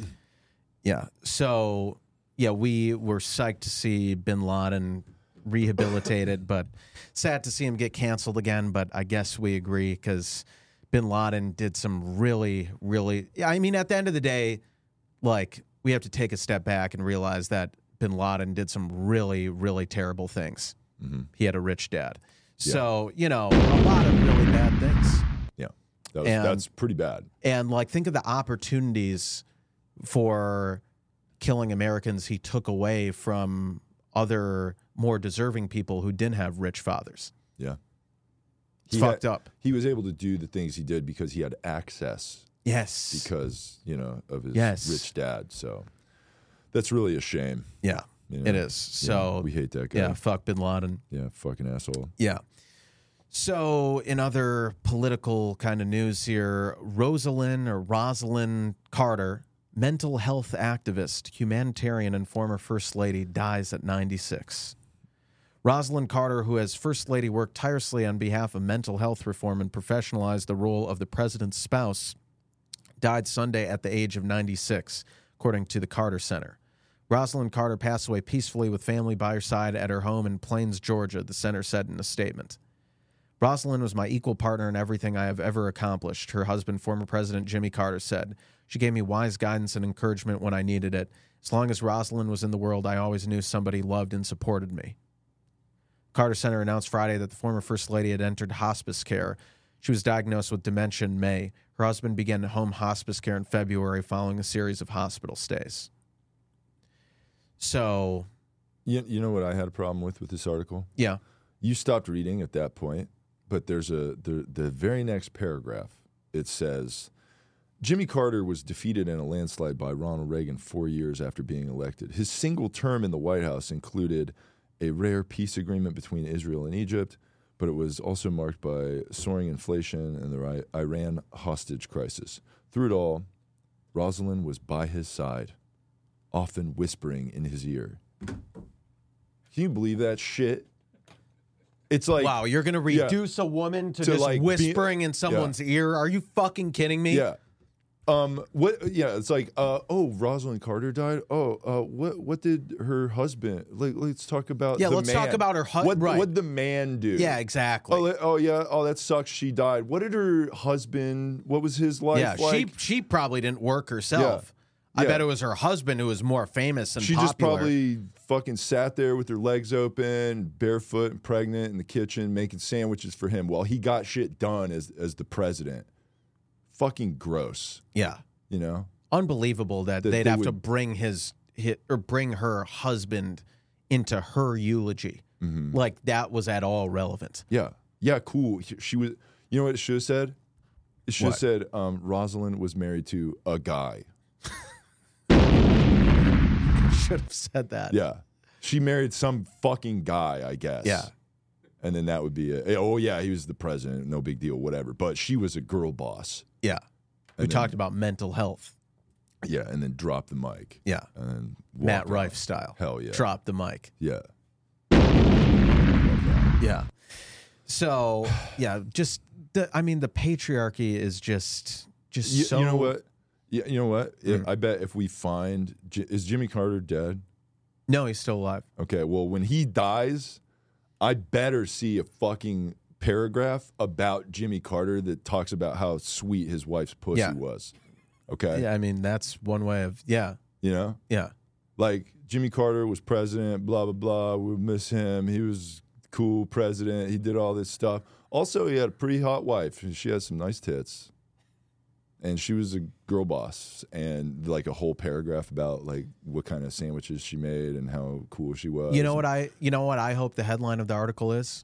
Yeah. So, yeah, we were psyched to see Bin Laden rehabilitated, but sad to see him get canceled again. But I guess we agree because Bin Laden did some really, really. Yeah, I mean, at the end of the day, like we have to take a step back and realize that Bin Laden did some really, really terrible things. He had a rich dad. So, you know, a lot of really bad things yeah that was, And- that's pretty bad and like think of the opportunities for killing Americans he took away from other more deserving people who didn't have rich fathers. yeah It's He fucked had- up. he was able to do the things he did because he had access Yes. because you know of his Yes. rich dad. So that's really a shame. yeah, you it know? is. Yeah, So we hate that guy. yeah, fuck Bin Laden. Yeah, fucking asshole. Yeah. So, in other political kind of news here, Rosalind or Rosalind Carter, mental health activist, humanitarian, and former First Lady, dies at 96. Rosalind Carter, who as First Lady worked tirelessly on behalf of mental health reform and professionalized the role of the president's spouse, died Sunday at the age of 96, according to the Carter Center. Rosalind Carter passed away peacefully with family by her side at her home in Plains, Georgia, the center said in a statement. Rosalind was my equal partner in everything I have ever accomplished, her husband, former President Jimmy Carter, said. She gave me wise guidance and encouragement when I needed it. As long as Rosalind was in the world, I always knew somebody loved and supported me. Carter Center announced Friday that the former First Lady had entered hospice care. She was diagnosed with dementia in May. Her husband began home hospice care in February following a series of hospital stays. So, You, you know what I had a problem with with this article? yeah, You stopped reading at that point, but there's a the the very next paragraph. It says. Jimmy Carter was defeated in a landslide by Ronald Reagan four years after being elected. His single term in the White House included a rare peace agreement between Israel and Egypt, but it was also marked by soaring inflation and the Ri- Iran hostage crisis. Through it all, Rosalind was by his side, often whispering in his ear. Can you believe that shit? It's like wow, you're going to yeah. reduce a woman to, To, just like, be- whispering in someone's ear? Are you fucking kidding me? Yeah. Um, what? Yeah, it's like, uh, oh, Rosalind Carter died. Oh, uh, what? What did her husband? Like, let's talk about. Yeah, the let's talk man. about her hu- What? right. What the man do? Yeah, exactly. Oh, li- oh yeah. Oh, that sucks. She died. What did her husband? What was his life? yeah, like? she she probably didn't work herself. I Yeah. bet it was her husband who was more famous and She popular. just probably fucking sat there with her legs open, barefoot and pregnant in the kitchen, making sandwiches for him while he got shit done as as the president. Fucking gross, yeah, you know. unbelievable that, That they'd they have to would- bring his, his or bring her husband into her eulogy. Mm-hmm. Like that was at all relevant. Yeah, yeah, cool. He- She was. You know what it should have said? It should have said um, Rosalind was married to a guy. Should have said that. Yeah, she married some fucking guy, I guess. Yeah. and then that would be it. Oh yeah, he was the president. No big deal. Whatever. But she was a girl boss. yeah. We talked about mental health. Yeah, and then drop the mic. Yeah, and then walk Matt off. Rife style. Hell yeah. Drop the mic. Yeah. Yeah. So yeah, just the I mean the patriarchy is just just You, so Mm. you know what? Yeah, you know what? Yeah, I bet if we find J- is Jimmy Carter dead? No, he's still alive. Okay, well when he dies, I better see a fucking paragraph about Jimmy Carter that talks about how sweet his wife's pussy Yeah. was. Okay? Yeah, I mean that's one way of yeah, You know? yeah, Like Jimmy Carter was president, blah blah blah, we miss him. He was cool president. He did all this stuff. Also, he had a pretty hot wife and she had some nice tits. and she was a girl boss and like a whole paragraph about like what kind of sandwiches she made and how cool she was You know what I you know what I hope the headline of the article is?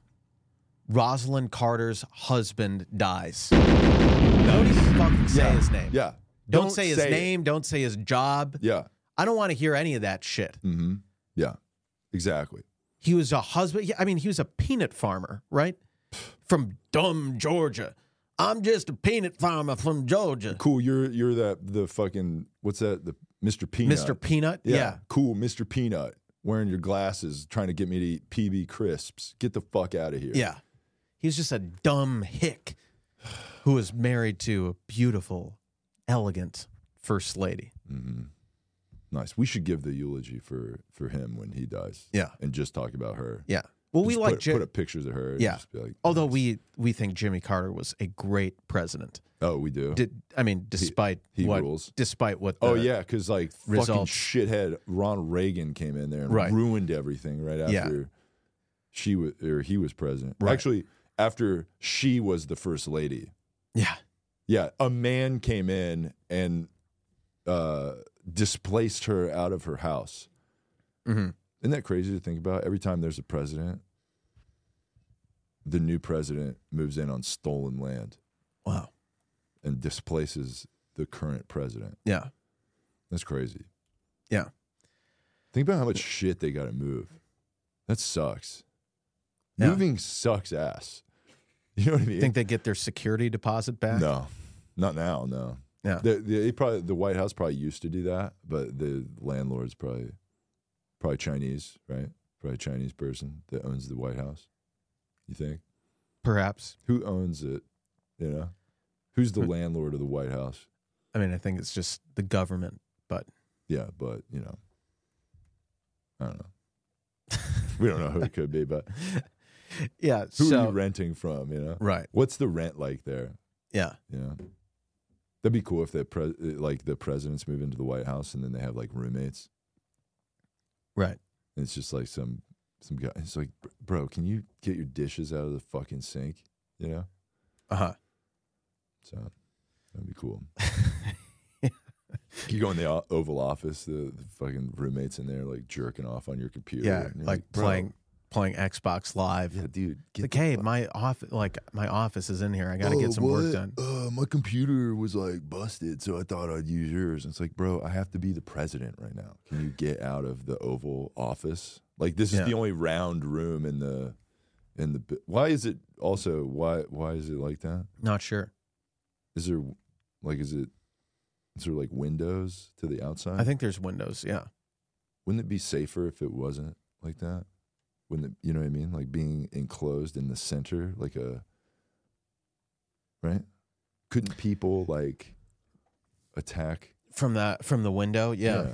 Rosalind Carter's husband dies. Don't even fucking say his name. yeah Don't, say his it. name, don't say his job. yeah I don't want to hear any of that shit. mm-hmm yeah exactly He was a husband. yeah, I mean, he was a peanut farmer, right? From dumb Georgia. I'm just a peanut farmer from Georgia. cool you're you're that the fucking what's that the mr peanut Mr. Peanut? Yeah. cool mr peanut wearing your glasses trying to get me to eat pb crisps get the fuck out of here Yeah. He's just a dumb hick who was married to a beautiful, elegant first lady. nice we should give the eulogy for for him when he dies Yeah. and just talk about her Yeah. Well, we Just like put, Jim. put up pictures of her and Yeah. just be like, Although we we think Jimmy Carter was a great president. oh we do Did I mean despite he what rules. despite what Oh the- yeah, because like results. fucking shithead Ronald Reagan came in there and Right. ruined everything right after Yeah. she was or he was president. Right. Actually, after she was the first lady. Yeah. Yeah, a man came in and uh, displaced her out of her house. Mhm. Isn't that crazy to think about? Every time there's a president, the new president moves in on stolen land Wow. and displaces the current president. Yeah. That's crazy. Yeah. Think about how much shit they got to move. That sucks. Yeah. Moving sucks ass. You know what I mean? Think they get their security deposit back? no, not now. No. Yeah. They, they probably the White House probably used to do that, but the landlord's probably probably Chinese, right? Probably a Chinese person that owns the White House. You think Perhaps. who owns it? You know, who's Hmm. the landlord of the White House? I mean, I think it's just the government, but Yeah, but you know, I don't know. we don't know who it could be, but yeah. who so are you renting from? You know, right. what's the rent like there? Yeah. You know, that'd be cool if the pre- like the presidents move into the White House and then they have like roommates. Right. And it's just like some some guy. It's like, "Br- bro, can you get your dishes out of the fucking sink? You know, Uh huh. so that'd be cool. You go in the o- Oval Office, the, the fucking roommates in there like jerking off on your computer. Yeah. and you're Like "Bro, playing playing Xbox Live. Yeah, dude. get like, the hey, fuck- my office, like my office is in here. I got to "Oh, get some what? work done. Uh, my computer was like busted, so I thought I'd use yours. And it's like, bro, I have to be the president right now. Can you get out of the Oval Office? Like, this is Yeah. the only round room in the in the. bu- Why is it also why why is it like that? Not sure. Is there like is it is there like windows to the outside? I think there's windows. Yeah. wouldn't it be safer if it wasn't like that? Wouldn't it, you know what I mean? Like being enclosed in the center, like a right? Couldn't people like attack? from the from the window. Yeah. yeah,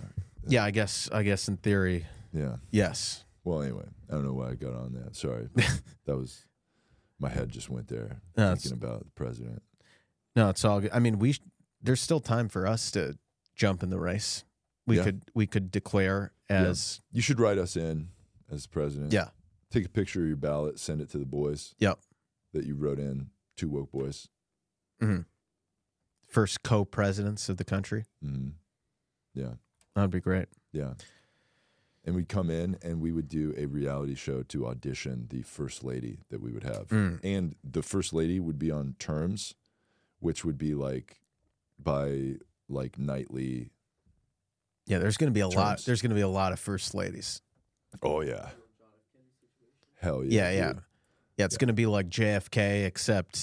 Yeah. I guess I guess in theory, Yeah. yes. Well, anyway, I don't know why I got on that. Sorry, that was my head just went there No, it's- thinking about the president. No, it's all. good. I mean, we sh- there's still time for us to jump in the race. We Yeah. could we could declare as You should write us in as president. Yeah. Take a picture of your ballot, send it to the boys. Yep. That you wrote in, two woke boys. first co-presidents of the country. hmm Yeah. That'd be great. Yeah. And we'd come in and we would do a reality show to audition the first lady that we would have. Mm. And the first lady would be on terms, which would be like by like nightly. Yeah, there's going to be a lot. Terms. There's going to be a lot of first ladies. Oh, yeah. Hell Yeah, yeah. yeah, yeah. dude. it's going to be like JFK, except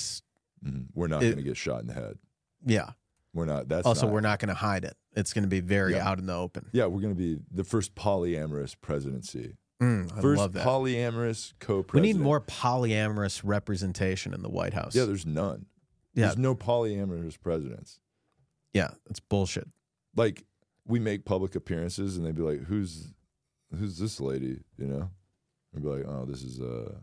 Mhm. We're not It- going to get shot in the head. yeah. We're not. That's also, not- we're not going to hide it. It's going to be very Yeah. out in the open. Yeah, we're going to be the first polyamorous presidency. Mm, I first love that. polyamorous co we president. need more polyamorous representation in the White House. Yeah, there's none. Yeah. There's no polyamorous presidents. yeah, that's bullshit. like we make public appearances and they'd be like, "Who's who's this lady?" You know, and be like, "Oh, this is uh."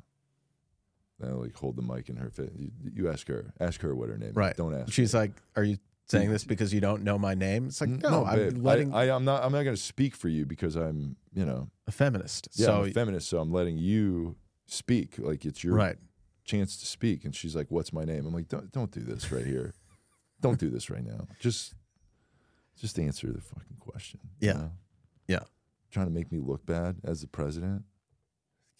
And I like hold the mic in her face. You, you ask her, ask her what her name Right. is. Don't ask. Mm. She's like, "Are you saying this because you don't know my name?" It's like, N- "No, I'm babe, letting I, I, I'm not. I'm not going to speak for you because I'm, you know, a feminist." yeah, so I'm a feminist. So I'm letting you speak. Like it's your right, chance to speak. And she's like, "What's my name?" I'm like, "Don't, don't do this right here. don't do this right now. Just, just answer the fucking question." Yeah. Yeah. Trying to make me look bad as the president.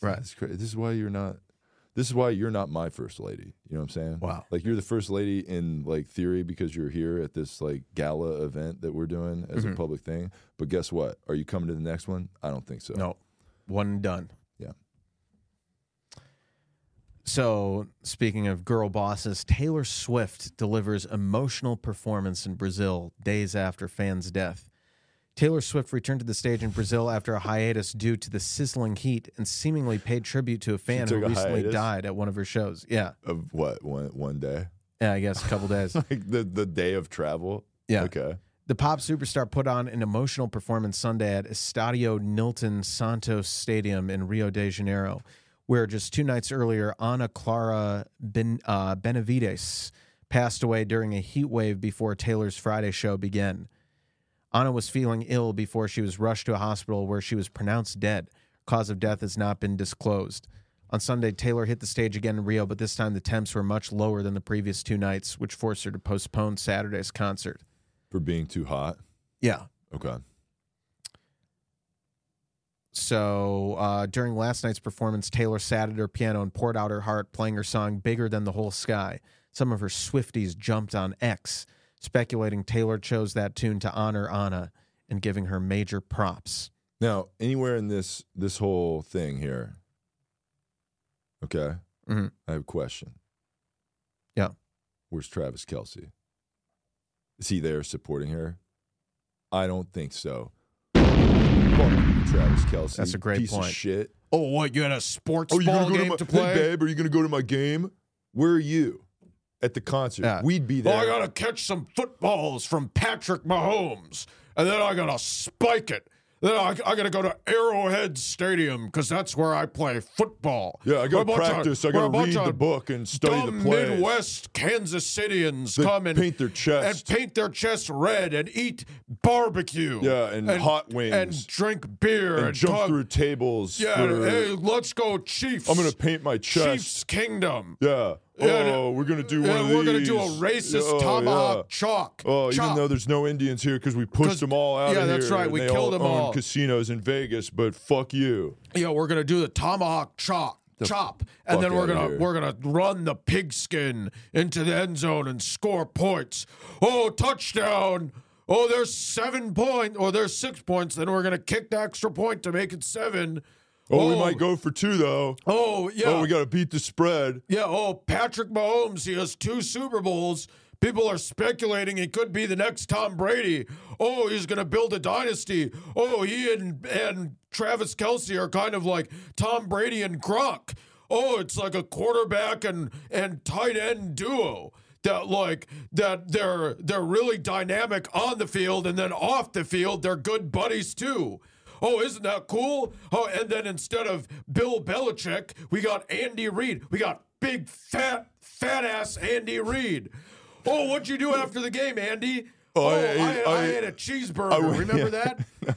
Right. It's cra- This is why you're not. This is why you're not my first lady. You know what I'm saying? Wow. Like you're the first lady in like theory because you're here at this like gala event that we're doing as Mm-hmm. a public thing. But guess what? Are you coming to the next one? I don't think so. no, one and done. Yeah. So, speaking of girl bosses, Taylor Swift delivers emotional performance in Brazil days after fan's death. Taylor Swift returned to the stage in Brazil after a hiatus due to the sizzling heat and seemingly paid tribute to a fan who took a recently hiatus? died at one of her shows. Yeah. Of what one one day? Yeah, I guess a couple days. like the the day of travel. Yeah. Okay. The pop superstar put on an emotional performance Sunday at Estadio Nilton Santos Stadium in Rio de Janeiro, where just two nights earlier, Ana Clara ben, uh, Benavides passed away during a heat wave before Taylor's Friday show began. Anna was feeling ill before she was rushed to a hospital where she was pronounced dead. Cause of death has not been disclosed. On Sunday, Taylor hit the stage again in Rio, but this time the temps were much lower than the previous two nights, which forced her to postpone Saturday's concert. For being too hot. Yeah. Okay. So uh, during last night's performance, Taylor sat at her piano and poured out her heart, playing her song Bigger Than the Whole Sky. Some of her Swifties jumped on X, speculating Taylor chose that tune to honor Anna and giving her major props. Now, anywhere in this this whole thing here. Okay. Mhm. I have a question. Yeah. Where's Travis Kelsey? Is he there supporting her? I don't think so. Fuck you, Travis Kelsey. That's a great piece point. of shit. Oh, what? You had a sports you Oh, gonna go my Hey, babe, are you gonna go to my game? Where are you? Oh, At the concert. Yeah. We'd be there. to Oh, catch some footballs from Patrick Mahomes, and then I got to spike it. Then I, I got to go to Arrowhead Stadium because that's where I play football. yeah, I gotta practice. I gotta read the book and study dumb the play. Midwest Kansasians They come and paint their chest. and paint their chests red and eat barbecue. Yeah, and hot wings. and drink beer and, and jump talk- through tables. Yeah, for- hey, let's go Chiefs. I'm gonna paint my Chiefs chest. Kingdom. Yeah. Yeah, Oh, and- we're gonna do yeah, one of we're gonna do a these. racist Oh, tomahawk yeah. chalk. Oh, even chop. though there's no Indians here because we pushed 'Cause- them all out yeah, of here. that's right, and we they killed all them own all. Casinos in Vegas, but fuck you. yeah, we're gonna do the tomahawk chop, chop, fuck and then we're outta gonna here. we're gonna run the pigskin into the end zone and score points. Oh, touchdown! Oh, there's seven points, or there's six points. Then we're gonna kick the extra point to make it seven. Oh, we might go for two though. Oh, yeah. Oh, we gotta beat the spread. Yeah, oh, Patrick Mahomes, he has two Super Bowls. People are speculating he could be the next Tom Brady. Oh, he's going to build a dynasty. Oh, he and, and Travis Kelsey are kind of like Tom Brady and Gronk. Oh, it's like a quarterback and, and tight end duo. that like that they're they're really dynamic on the field and then off the field they're good buddies too. Oh, isn't that cool? Oh, and then instead of Bill Belichick, we got Andy Reid. We got big fat fat ass Andy Reid. Oh, what'd you do after the game, Andy? Oh, Oh, I I, ate- had- I I ate- had a cheeseburger. I w- Remember yeah. that?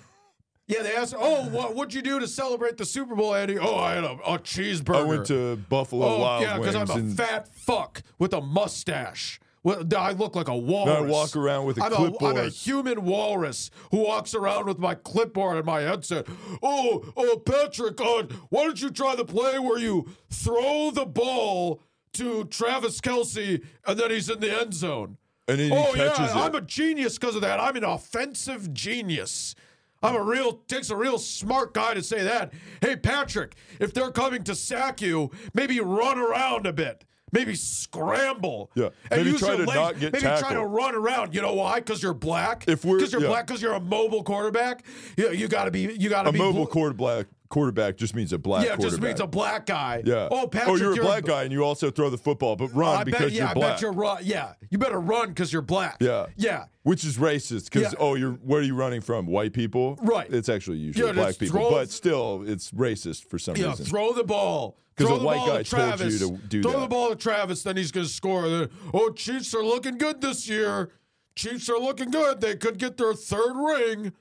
Yeah, they asked, "Oh, what what'd you do to celebrate the Super Bowl, Andy?" "Oh, I had a, a cheeseburger." I went to Buffalo Oh, Wild yeah, Wings. because I'm a and- fat fuck with a mustache. Well, I look like a walrus. I walk around with a I'm clipboard. I'm a human walrus who walks around with my clipboard and my headset. Oh, oh, Patrick, uh, why don't you try the play where you throw the ball to Travis Kelsey and then he's in the end zone? And then he oh yeah, catches it. I'm a genius because of that. I'm an offensive genius. I'm a real takes a real smart guy to say that. Hey Patrick, if they're coming to sack you, maybe run around a bit. Maybe scramble. Yeah, And maybe use try your to legs. not get Maybe try to tackled. run around. You know why? Because you're black. If we're- because you're yeah. black, because you're a mobile quarterback. You, you gotta be you gotta a be mobile bl- quarterback quarterback just means a black Yeah, it quarterback. just means a black guy. yeah. Oh Patrick, or you're a black guy and you also throw the football, but run I because bet, yeah, you're black. I bet you're run. Yeah. You better run because you're black. Yeah. Yeah. Which is racist because Yeah. oh, you're where are you running from? White people, Right. It's actually usually Yeah, black just people, throw- but still, it's racist for some Yeah, reason. throw the ball. 'Cause Throw a the white ball guy to told you Travis. to do throw that. the ball to Travis, then he's going to score. Then, oh, Chiefs are looking good this year. Chiefs are looking good. They could get their third ring.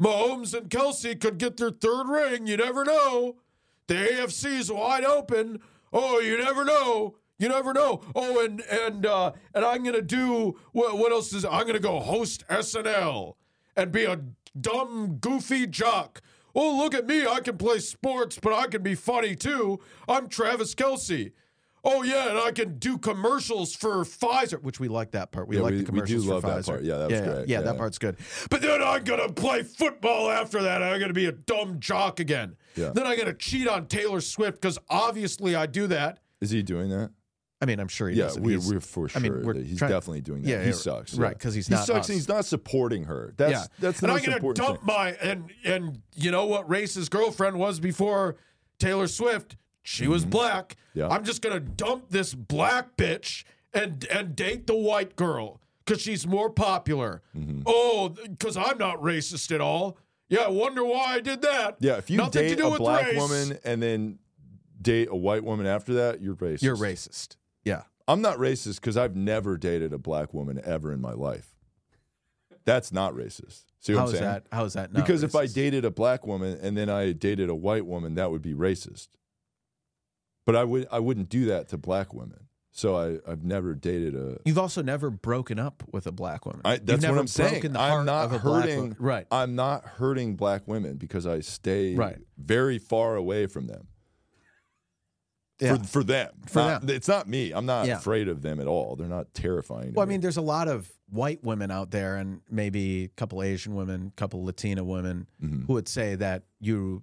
Mahomes and Kelsey could get their third ring. You never know. The AFC is wide open. Oh, you never know. You never know. Oh, and and uh, and I'm gonna do what? What else is? I'm gonna go host SNL and be a dumb, goofy jock. Oh, look at me! I can play sports, but I can be funny too. I'm Travis Kelsey. Oh yeah, and I can do commercials for Pfizer, which we like that part. We Yeah, like we- the we do commercials love for that Pfizer. part. Yeah, that was yeah, great. Yeah, that Yeah. part's good. but then I'm gonna play football after that. I'm gonna be a dumb jock again. Yeah. Then I'm gonna cheat on Taylor Swift because obviously I do that. Is he doing that? I mean, I'm sure he Yeah, doesn't. we, He's- we're for sure. I mean, we're that he's trying- definitely doing that. Yeah, he yeah, sucks. right, yeah. 'cause he's he not sucks us. and he's not supporting her. That's that's the and I'm most gonna important dump thing. my and and you know what race his girlfriend was before Taylor Swift? She was black. Mm-hmm. Yeah. I'm just gonna dump this black bitch and and date the white girl because she's more popular. Mm-hmm. Oh, because I'm not racist at all. Yeah, I wonder why I did that. yeah, if you Nothing to date do a with black race. woman and then date a white woman after that, you're racist. you're racist. Yeah. I'm not racist because I've never dated a black woman ever in my life. That's not racist. See what How I'm is saying? that? How is that? Not because if I racist? dated a black woman and then I dated a white woman, that would be racist. But I would I wouldn't do that to black women. So I, I've never dated a. You've also never broken up with a black woman. I, You've that's never what I'm saying. broken the I'm heart not of a black hurting. woman. Right. I'm not hurting black women because I stay Right. very far away from them. Yeah. For, for them. For Not- them. It's not me. I'm not Yeah. afraid of them at all. They're not terrifying. to Well, I me. mean, there's a lot of white women out there, and maybe a couple Asian women, a couple Latina women, Mm-hmm. who would say that you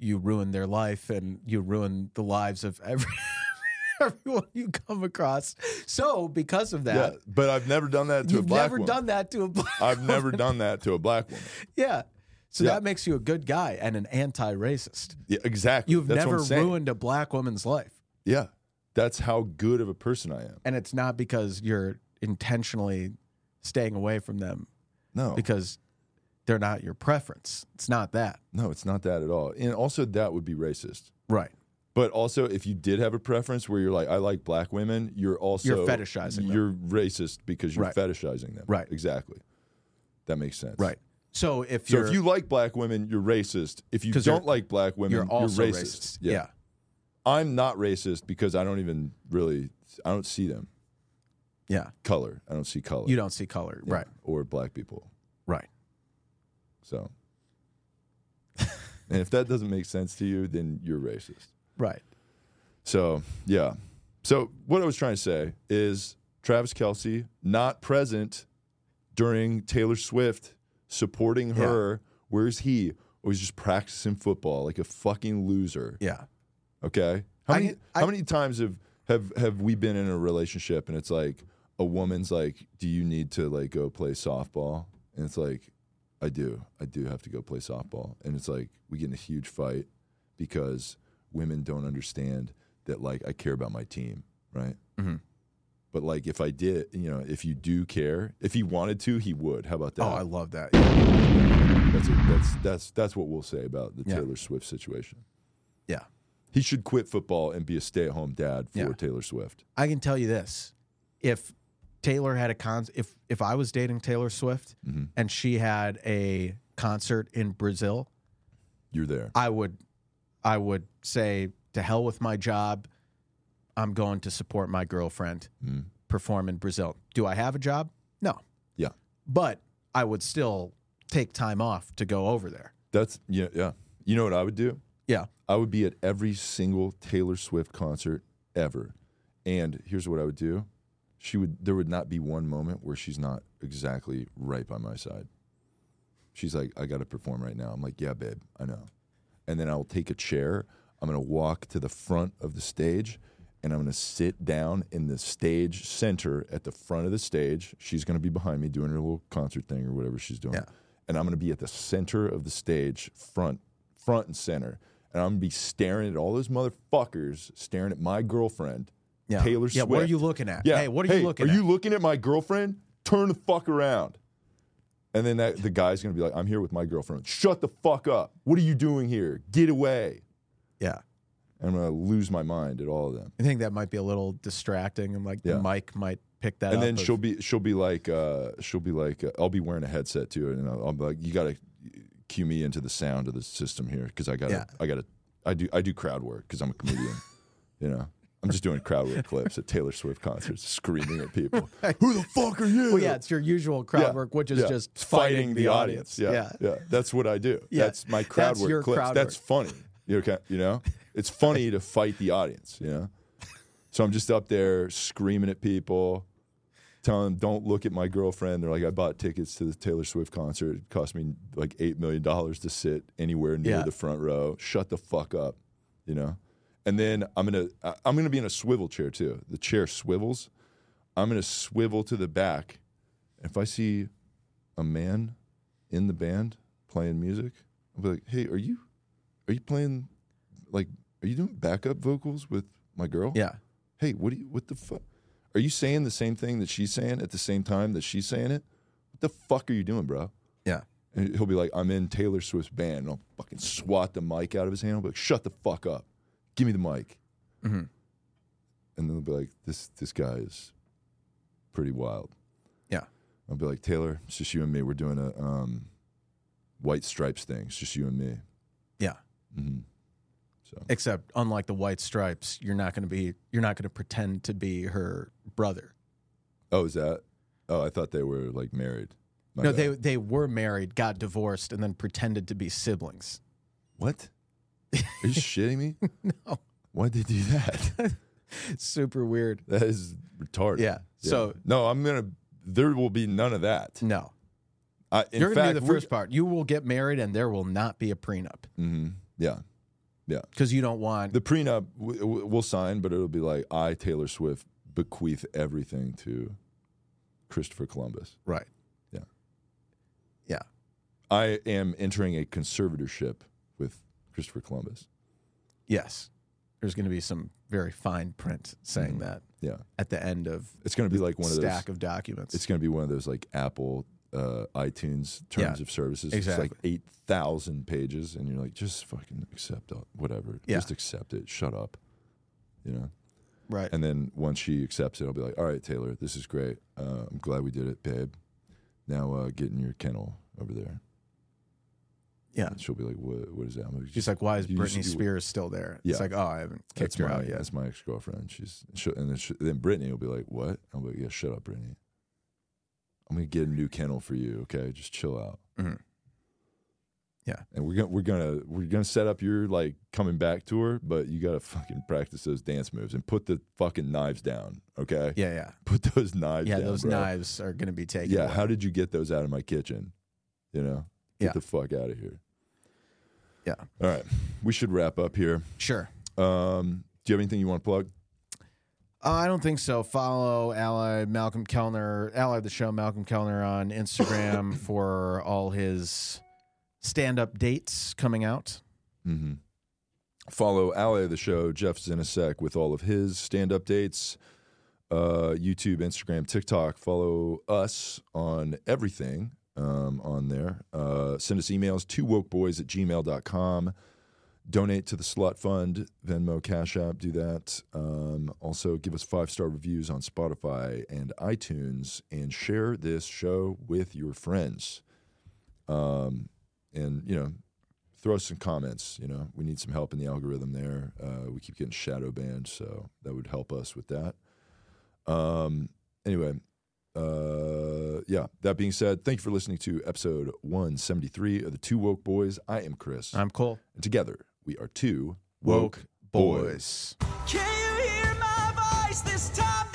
you ruin their life and you ruin the lives of every everyone you come across. So, because of that, Yeah, but I've never done that to a you've black never woman. done that to a black. I've never done that to a black woman. yeah. So Yeah. that makes you a good guy and an anti-racist. Yeah, exactly. You've That's what never I'm saying. ruined a black woman's life, Yeah, that's how good of a person I am. and it's not because you're intentionally staying away from them No, because they're not your preference. It's not that. no, it's not that at all. And also, that would be racist. Right. But also, if you did have a preference where you're like, I like black women, you're also You're fetishizing them. You're racist because you're Right. fetishizing them. Right. Exactly. That makes sense. Right. So if So you're if you like black women, you're racist. If you 'Cause don't you're- like black women, you're also racist. racist. Yeah. I'm not racist because I don't even really I don't see them yeah. color. I don't see color. You don't see color. Yeah. Right. Or black people. Right. So, and if that doesn't make sense to you, then you're racist. Right. So, yeah. So, what I was trying to say is Travis Kelsey not present during Taylor Swift supporting Yeah. her. Where's he? Or he's just practicing football like a fucking loser. Yeah. Okay. How I- many I- how many times have, have have we been in a relationship and it's like a woman's like, Do you need to like go play softball? And it's like, I do. I do have to go play softball. And it's like we get in a huge fight Mm-hmm. because women don't understand that like I care about my team, right? But like, if I did, you know, if you do care, if he wanted to, he would. How about that? Oh, I love that. that's, it. that's that's that's what we'll say about the Yeah. Taylor Swift situation. Yeah. He should quit football and be a stay-at-home dad for Yeah. Taylor Swift. I can tell you this: if Taylor had a con, if if I was dating Taylor Swift Mhm. and she had a concert in Brazil, You're there. I would, I would say to hell with my job. I'm going to support my girlfriend Mm. perform in Brazil. Do I have a job? No. Yeah. But I would still take time off to go over there. That's yeah, yeah. You know what I would do? Yeah. I would be at every single Taylor Swift concert ever. And here's what I would do. She would there would not be one moment where she's not exactly right by my side. She's like, I gotta perform right now. I'm like, Yeah, babe, I know. And then I'll take a chair, I'm gonna walk to the front of the stage, and I'm gonna sit down in the stage center at the front of the stage. She's gonna be behind me doing her little concert thing or whatever she's doing. Yeah. And I'm gonna be at the center of the stage, front, front and center. And I'm gonna be staring at all those motherfuckers staring at my girlfriend, Yeah. Taylor Yeah. Swift. What are you looking at? Yeah. Hey, what are you looking Are at? you looking at my girlfriend? Turn the fuck around. And then that, the guy's gonna be like, I'm here with my girlfriend. Shut the fuck up. What are you doing here? Get away. yeah. And I'm gonna lose my mind at all of them. I think that might be a little distracting. I'm like Yeah. the mic might pick that and up. then of- she'll be she'll be like uh, she'll be like uh, I'll be wearing a headset too, and I'll, I'll be like, you gotta cue me into the sound of the system here because I gotta Yeah. I gotta I do I do crowd work because I'm a comedian, you know. I'm just doing crowd work clips at Taylor Swift concerts, screaming at people. Who the fuck are you? Well, oh, yeah, it's your usual crowd Yeah, work, which is yeah. just fighting, the audience. Yeah, yeah, that's what I do. Yeah. That's my crowd That's work your clips. crowd that's work. funny. You okay? You know, it's funny to fight the audience. You know, so I'm just up there screaming at people, telling them, "Don't look at my girlfriend." They're like, "I bought tickets to the Taylor Swift concert. It cost me like eight million dollars to sit anywhere near Yeah. the front row. Shut the fuck up." You know. And then I'm gonna I- I'm gonna be in a swivel chair too. The chair swivels. I'm gonna swivel to the back. If I see a man in the band playing music, I'll be like, "Hey, are you are you playing like are you doing backup vocals with my girl? Yeah. Hey, what do you what the fuck? Are you saying the same thing that she's saying at the same time that she's saying it? What the fuck are you doing, bro?" Yeah. And he'll be like, "I'm in Taylor Swift's band." And I'll fucking swat the mic out of his hand. I'll be like, "Shut the fuck up! Give me the mic." Mhm. And they'll be like, "This this guy is pretty wild." Yeah. I'll be like, "Taylor, it's just you and me. We're doing a um, white stripes thing. It's just you and me." Yeah. hmm So Except unlike the white stripes, you're not gonna be you're not gonna pretend to be her brother. Oh, is that? Oh, I thought they were like married. My no, bad. they they were married, got divorced, and then pretended to be siblings. What? Are you shitting me? No. Why'd they do that? Super weird. That is retarded. Yeah, so- no, I'm gonna. There will be none of that. No. I, in you're gonna fact, do the we're- first part. You will get married and there will not be a prenup. Mhm. Yeah, Because you don't want the prenup w- w- we'll sign, but it'll be like I Taylor Swift bequeath everything to Christopher Columbus. Right. Yeah. Yeah. I am entering a conservatorship with Christopher Columbus. Yes. There's gonna be some very fine print saying Mhm. that Yeah, at the end of it's gonna be like one of those stack of documents. It's going to be one of those like Apple uh, iTunes terms Yeah, of services. It's exactly. like 8,000 pages, and you're like, just fucking accept it, whatever. Yeah. Just accept it. Shut up. You know? right. And then once she accepts it, I'll be like, all right, Taylor, this is great. Uh, I'm glad we did it, babe. Now uh, get in your kennel over there. yeah. And she'll be like, what, what is that? I'm She's like, why is You Britney should do- Spears still there? Yeah. It's like, oh, I haven't that's kicked her my, out yet. that's my ex girlfriend. She's she'll, and then, she, then Brittany will be like, "What?" I'll be like, "Yeah, shut up, Brittany. I'm gonna get a new kennel for you. Okay, just chill out." Mhm. Yeah. and we're gonna we're gonna we're gonna set up your like coming back tour, but you gotta fucking practice those dance moves and put the fucking knives down. Okay, Yeah, yeah, put those knives. yeah. down, Those bro. knives are going to be taken. Yeah, away. how did you get those out of my kitchen? You know, get Yeah. the fuck out of here. Yeah. All right, we should wrap up here. sure. Um, do you have anything you want to plug? Uh, I don't think so. Follow Ally Malcolm Kellner, Ally of the Show Malcolm Kellner on Instagram for all his stand-up dates coming out. Mm-hmm. Follow Ally of the Show, Jeff Zinasek, with all of his stand updates. uh, YouTube, Instagram, TikTok. Follow us on everything um, on there. Uh, send us emails to wokeboys at gmail.com. Donate to the Slot Fund, Venmo, Cash App, do that. Um, also, give us five star reviews on Spotify and iTunes and share this show with your friends. Um, and, you know, throw us some comments. You know, we need some help in the algorithm there. Uh, we keep getting shadow banned, so that would help us with that. Um, anyway, uh, yeah. That being said, thank you for listening to episode one seventy three of the Two Woke Boys. I am Chris, I'm Cole. and together we are two Woke boys. Can you hear my voice this time?